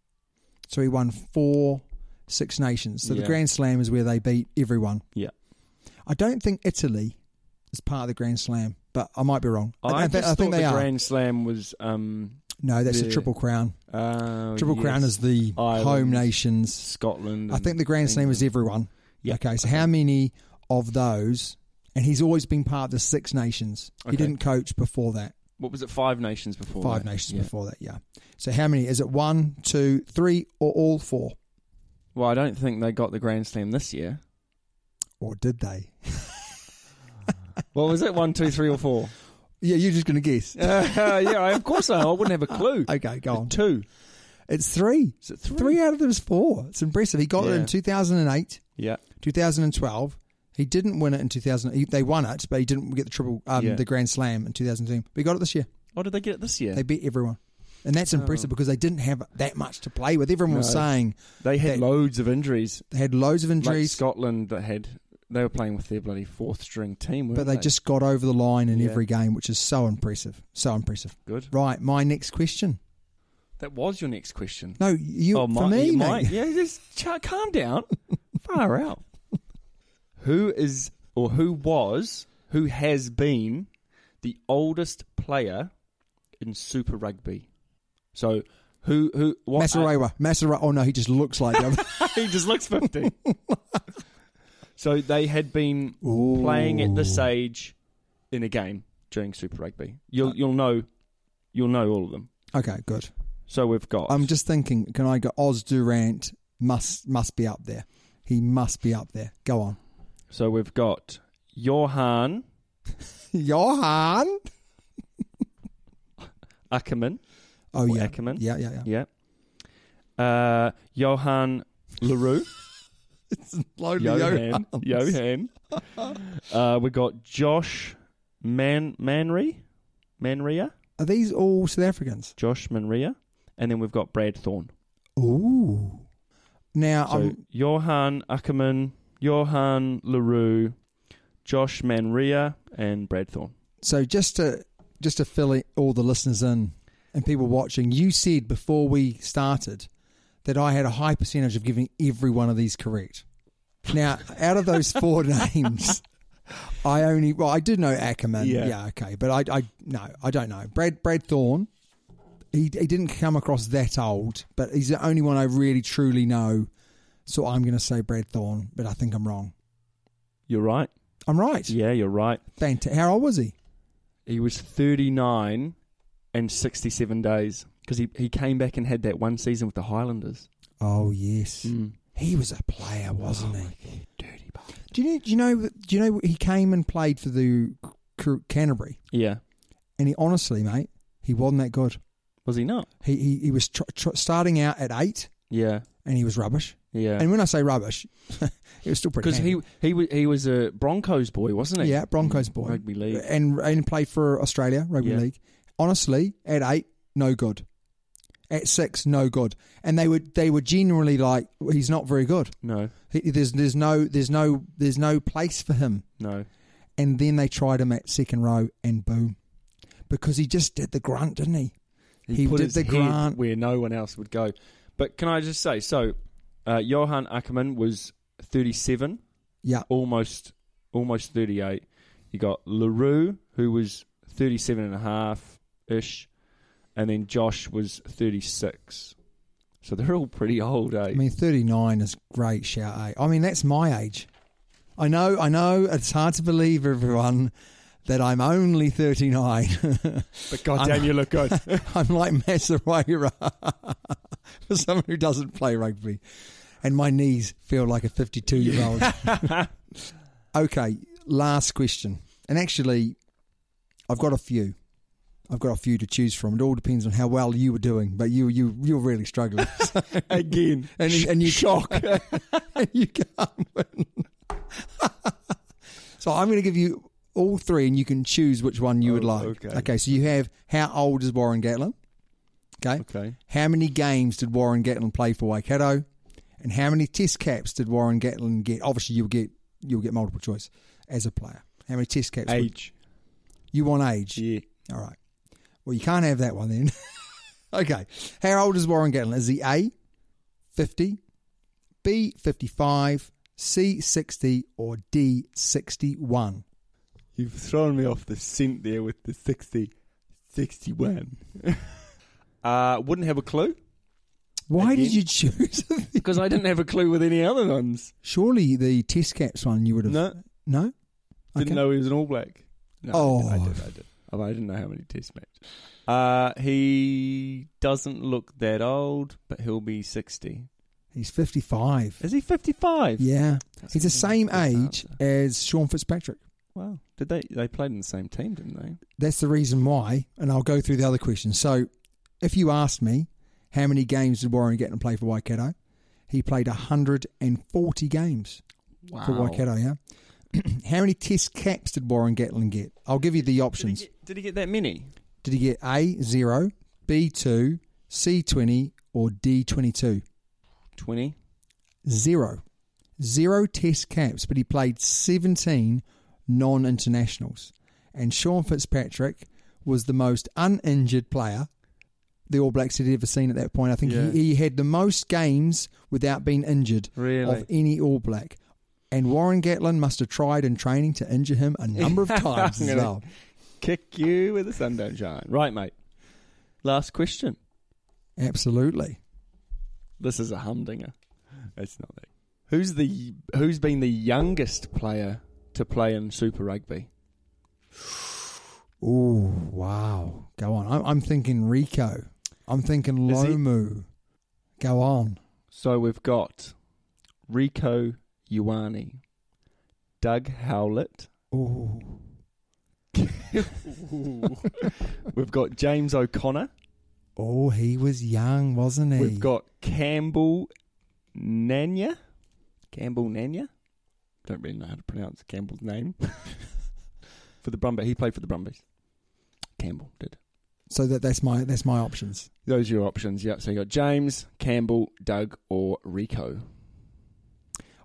A: So he won four Six Nations. So the
B: Yeah.
A: Grand Slam is where they beat everyone.
B: Yeah.
A: I don't think Italy is part of the Grand Slam, but I might be wrong.
B: I,
A: thi-
B: just thought the Grand Slam was. Um,
A: No, that's the
B: Yeah.
A: Triple Crown.
B: uh,
A: Triple
B: yes,
A: Crown is the home
B: Ireland,
A: nations.
B: Scotland.
A: I
B: and
A: think the Grand Slam is
B: England.
A: everyone.
B: Yeah.
A: Okay, so how many of those? And he's always been part of the Six Nations. He
B: Okay.
A: didn't coach before that.
B: What was it? Five nations before.
A: Five
B: that?
A: Nations
B: Yeah.
A: before that, yeah. So how many? Is it one, two, three, or all four?
B: Well, I don't think they got the Grand Slam this year.
A: Or did they?
B: Well, was it one, two, three, or four?
A: Yeah, you're just going to guess.
B: Uh, yeah, of course I. I wouldn't have a clue.
A: Okay, go on.
B: Two.
A: It's three.
B: Is it three?
A: out of those four. It's impressive. He got it
B: Yeah.
A: in 2008,
B: Yeah.
A: 2012. He didn't win it in 2000. he- They won it, but he didn't get the triple, um,
B: Yeah.
A: the Grand Slam in 2010. But he got it this year.
B: Oh, did they get it this year?
A: They beat everyone. And that's impressive because they didn't have that much to play with. Everyone
B: Um,
A: was
B: No.
A: saying
B: They had
A: They-
B: loads of injuries.
A: they had loads of
B: Like
A: injuries,
B: Scotland that had they were playing with their bloody fourth string team, weren't
A: but they just got over the line in
B: Yeah.
A: every game, which is so impressive. So impressive.
B: good.
A: Right, my next question.
B: That was your next question.
A: No, you
B: oh,
A: for
B: my,
A: me,
B: you
A: mate.
B: might. Yeah, just ch- calm down. Far out. Who is or who was who has been the oldest player in Super Rugby? So who who what
A: Masarewa, Masarewa. Oh no, he just looks like him.
B: he just looks 50. so they had been playing at this age in a game during Super Rugby. You'll you'll know you'll know all of them.
A: Uh, okay, good.
B: So we've got
A: I'm just thinking, can I go? Oz Durant must must be up there. He must be up there. Go on,
B: so we've got Johan
A: Johan.
B: Ackerman.
A: Oh
B: Or
A: yeah,
B: Ackerman.
A: Yeah, yeah, yeah.
B: Yeah. Uh, Johan Larue.
A: Lonely
B: Johan. Johan. Uh, we got Josh Man Manry. Manria.
A: Are these all South Africans?
B: Josh Manria. And then we've got Brad Thorne.
A: Ooh. Now
B: So
A: I'm
B: Johan Ackerman, Johan LaRue, Josh Manria, and Brad Thorne.
A: so just to just to fill it, all the listeners in and people watching. You said before we started that I had a high percentage of giving every one of these correct. Now, out of those four names, I only well I did know Ackerman.
B: Yeah.
A: okay, but I I no I don't know Brad Brad Thorne. He he didn't come across that old, but he's the only one I really truly know. So I'm going to say Brad Thorne, but I think I'm wrong.
B: You're right.
A: I'm right.
B: Yeah, you're right.
A: Fanta- How old was he?
B: He was 39 and 67 days because he, he came back and had that one season with the Highlanders. Mm.
A: Oh yes, he was a player, wasn't
B: Oh,
A: he? Dirty do you know? Do you know? Do you know? He came and played for the Car- Canterbury,
B: Yeah.
A: and he honestly, mate, he wasn't that good.
B: Was he not?
A: He he, he was tr- tr- starting out at eight,
B: Yeah.
A: and he was rubbish.
B: Yeah.
A: And when I say rubbish, it was still pretty.
B: Because he,
A: handy.
B: he, wa- he was a Broncos boy, wasn't he?
A: yeah, Broncos boy, Uh,
B: Rugby league.
A: and and played for Australia rugby
B: Yeah.
A: league. Honestly, at eight, no good. At six, no good. And they were they were generally like, he's not very good.
B: No,
A: He, there's there's no there's no there's no place for him.
B: no.
A: And then they tried him at second row, and boom, because he just did the grunt, didn't he? He
B: put
A: did
B: his
A: the
B: head
A: grunt.
B: where no one else would go. But can I just say, so uh, Johan Ackerman was 37
A: Yeah,
B: almost almost 38. You got LaRue, who was 37 and a half ish, and then Josh was 36. So they're all pretty old, eh?
A: I mean, thirty nine is great, shout eh? I mean, that's my age. I know, I know, it's hard to believe, everyone, that I'm only thirty nine.
B: but goddamn, you look good.
A: I'm like Masareira for someone who doesn't play rugby, and my knees feel like a 52 year old. okay, last question, and actually, I've got a few. I've got a few to choose from. It all depends on how well you were doing, but you you you're really struggling
B: Again.
A: and, and you shock and you can't win. so I'm going to give you all three, and you can choose which one you would
B: Oh,
A: like.
B: okay.
A: so you have how old is Warren Gatlin? Okay.
B: Okay.
A: How many games did Warren Gatlin play for Waikato? And how many test caps did Warren Gatlin get? Obviously, you'll get you'll get multiple choice as a player. How many test caps? would-
C: Age.
A: you want age?
C: Yeah.
A: All right. Well, you can't have that one then. okay. How old is Warren Gatlin? Is he A, 50, B, 55, C, 60, or D, 61?
C: You've thrown me off the scent there with the 60, 61. uh, wouldn't have a clue
A: Why did
C: Again?
A: you choose?
C: because I didn't have a clue with any other ones.
A: Surely the test caps one you would have.
C: No,
A: No?
C: didn't
A: Okay.
C: know he was an All Black. No,
A: Oh.
C: I, did, I did. I did. Although I didn't know how many test matches. Uh, he doesn't look that old, but he'll be 60.
A: He's 55.
C: Is he 55?
A: Yeah.
C: That's
A: He's the
C: a
A: same
C: good
A: age
C: answer.
A: as Sean Fitzpatrick.
C: Wow. Did they they played in the same team, didn't they?
A: That's the reason why. And I'll go through the other questions. So if you asked me how many games did Warren Gatlin play for Waikato, he played 140 games. for Waikato, yeah. How many test caps did Warren Gatlin get? I'll give you the
B: Did he,
A: options.
B: get, did he get that many?
A: Did he get A zero, B two, C twenty, or D twenty two?
B: 20.
A: Zero. Zero test caps, but he played seventeen non internationals. And Sean Fitzpatrick was the most uninjured player the All Blacks had ever seen at that point. I think
C: Yeah.
A: he, he had the most games without being injured
B: Really?
A: of any All Black. And Warren Gatlin must have tried in training to injure him a number of times
B: I'm
A: as
B: gonna-
A: well.
C: Kick you where the sun don't shine.
B: Right, mate. Last question.
A: Absolutely.
C: This is a humdinger. It's not that. Who's the who's been the youngest player to play in Super Rugby?
A: Ooh, wow. Go on. I'm, I'm thinking Rico. I'm thinking
C: Is he-
A: Lomu. Go on.
C: So we've got Rico Ioane, Doug Howlett.
A: Ooh.
C: We've got James O'Connor.
A: Oh, he was young, wasn't he?
C: We've got Campbell Nanya. Campbell Nanya. Don't really know how to pronounce Campbell's name. for the Brumbies. He played for the Brumbies. Campbell did.
A: so that that's my that's my options.
C: Those are your options. Yep. So you got James, Campbell, Doug, or Rico.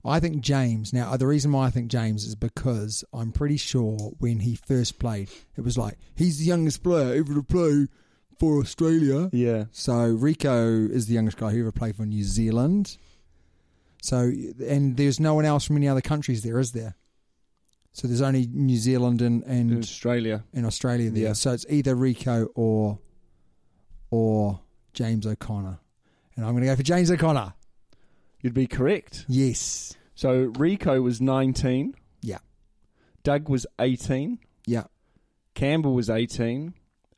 A: I think James. Now, the reason why I think James is because I'm pretty sure when he first played, it was like he's the youngest player ever to play for Australia.
C: Yeah.
A: So Rico is the youngest guy who ever played for New Zealand. So and there's no one else from any other countries there, is there? So there's only New Zealand and
C: In
A: and,
C: Australia.
A: and Australia there.
C: Yeah.
A: So it's either Rico or or James O'Connor. And I'm going to go for James O'Connor.
C: You'd be correct.
A: Yes.
C: So Rico was 19.
A: Yeah.
C: Doug was 18.
A: Yeah.
C: Campbell was 18.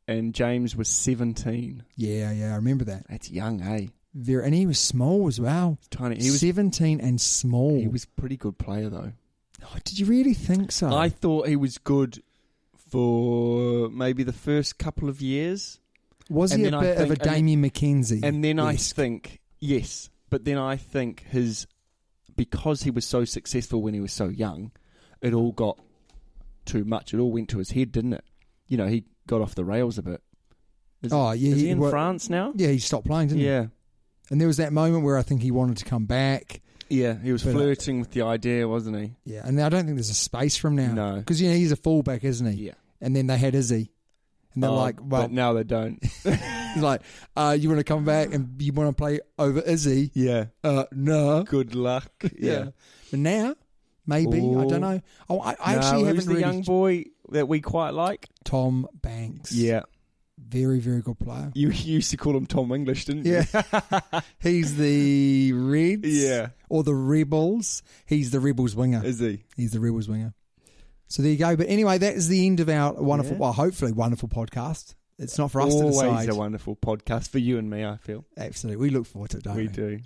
C: And James was 17.
A: Yeah, yeah, I remember that.
C: That's young, eh?
A: There and he was small as well.
C: Tiny. He was
A: 17 and small.
C: He was a pretty good player though.
A: Oh, did you really think so?
C: I thought he was good for maybe the first couple of years,
A: was
C: and
A: he a
C: then I
A: bit of a
C: think- and-
A: Damien McKenzie?
C: and then I
A: Yes.
C: think yes, but then I think his because he was so successful when he was so young, it all got too much. It all went to his head, didn't it? You know, he got off the rails a bit. Is,
A: Oh, yeah,
C: is he,
A: he-
C: in
A: well-
C: France now?
A: Yeah, he stopped playing, didn't he?
C: Yeah,
A: And there was that moment where I think he wanted to come back.
C: yeah, he was
A: But, uh,
C: flirting with the idea, wasn't he?
A: Yeah, and I don't think there's a space for him now.
C: No.
A: because you know he's a fullback, isn't he?
C: Yeah.
A: And then they had Izzy, and they're
C: Oh,
A: like, "Well,
C: but now they don't.
A: he's like, uh, you want to come back and you want to play over Izzy?
C: yeah,
A: Uh, no.
C: good luck. yeah.
A: But now, maybe I
C: Ooh.
A: don't know. Oh, I, I actually
C: no,
A: haven't
C: who's the
A: really.
C: young boy that we quite like?
A: Tom Banks. very very good player.
C: you you used to call him Tom English, didn't you?
A: Yeah, he's the Reds.
C: Yeah.
A: or the Rebels. He's the Rebels winger.
C: Is he?
A: He's the Rebels winger. So there you go. But anyway, that is the end of our wonderful,
C: Yeah.
A: well, hopefully wonderful podcast. It's not for us
C: Always
A: to decide.
C: a wonderful podcast for you and me. I feel
A: Absolutely, we look forward to it, don't we?
C: we do.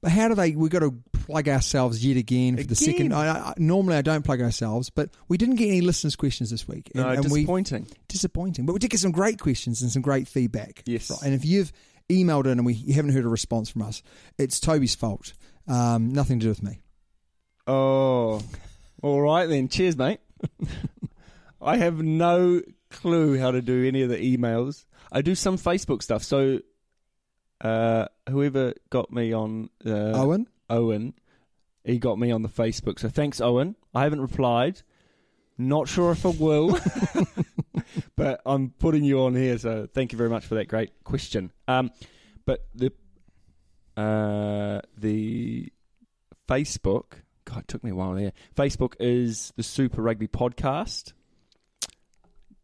A: But how do they? We've got to plug ourselves yet again for the
C: Again?
A: second. I, I, normally, I don't plug ourselves, but we didn't get any listeners' questions this week.
C: No,
A: we-
C: disappointing.
A: disappointing. But we did get some great questions and some great feedback.
C: Yes.
A: Right, And if you've emailed in and we you haven't heard a response from us, it's Toby's fault. Um, nothing to do with me.
C: Oh, all right then. Cheers, mate. I have no clue how to do any of the emails. I do some Facebook stuff. So
A: uh, whoever got me on uh,
D: Owen?
A: Owen, he got me on the Facebook. So thanks, Owen. I haven't replied. Not sure if I will, but I'm putting you on here. So thank you very much for that great question. Um, but the uh, the Facebook, God, it took me a while there. Facebook is the Super Rugby podcast.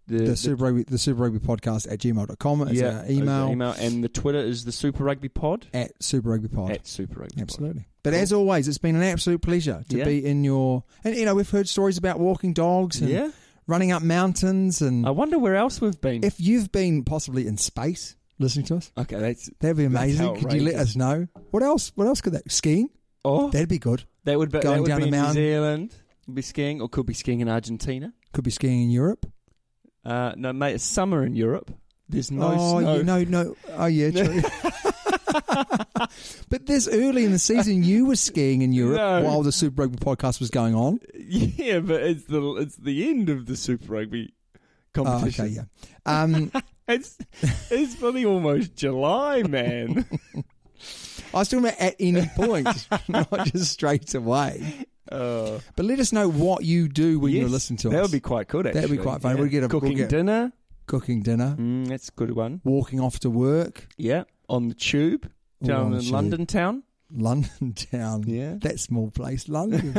D: The, Super Rugby, the Super Rugby podcast at gmail.com is
A: yeah,
D: our
A: is the
D: email,
A: email, and the Twitter is the Super Rugby Pod
D: at Super Rugby Pod.
A: at Super Rugby. Pod.
D: Absolutely. But as always, it's been an absolute pleasure to
A: Yeah.
D: be in your. And, you know, we've heard stories about walking dogs and
A: Yeah.
D: running up mountains. And
A: I wonder where else we've been.
D: if you've been possibly in space listening to us,
A: okay, that's
D: that'd be
A: That's
D: amazing. Could you let
A: outrageous.
D: us know? What else? What else could that? Skiing?
A: oh that,
D: That'd be good.
A: would be
D: going
A: that would
D: down
A: be
D: a
A: in
D: mountain.
A: New Zealand. Could be skiing or could be skiing in Argentina.
D: Could be skiing in Europe.
A: Uh, no, mate, it's summer in Europe. There's no
D: oh,
A: snow.
D: You, no, no. Oh, yeah, true. but this early in the season, you were skiing in Europe
A: No.
D: while the Super Rugby podcast was going on.
A: Yeah, but it's the it's the end of the Super Rugby
D: Oh,
A: competition.
D: okay, yeah. Um,
A: It's it's bloody almost July, man.
D: I was talking about at any point, not just straight away.
A: Uh,
D: But let us know what you do when you're
A: yes,
D: listening to
A: that
D: us.
A: would be quite good. Actually,
D: That'd be quite fun. We'll get a-
A: cooking
D: we'll get-
A: dinner.
D: cooking dinner,
A: Mm, that's a good one.
D: walking off to work,
A: Yeah, on the tube
D: Ooh, on
A: down
D: the
A: in
D: tube.
A: London town.
D: London town.
A: Yeah.
D: That small place, London.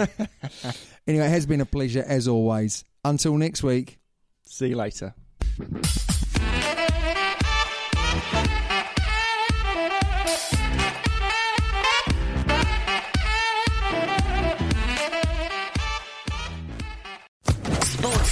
D: anyway, it has been a pleasure as always. Until next week.
A: See you later.
E: Sports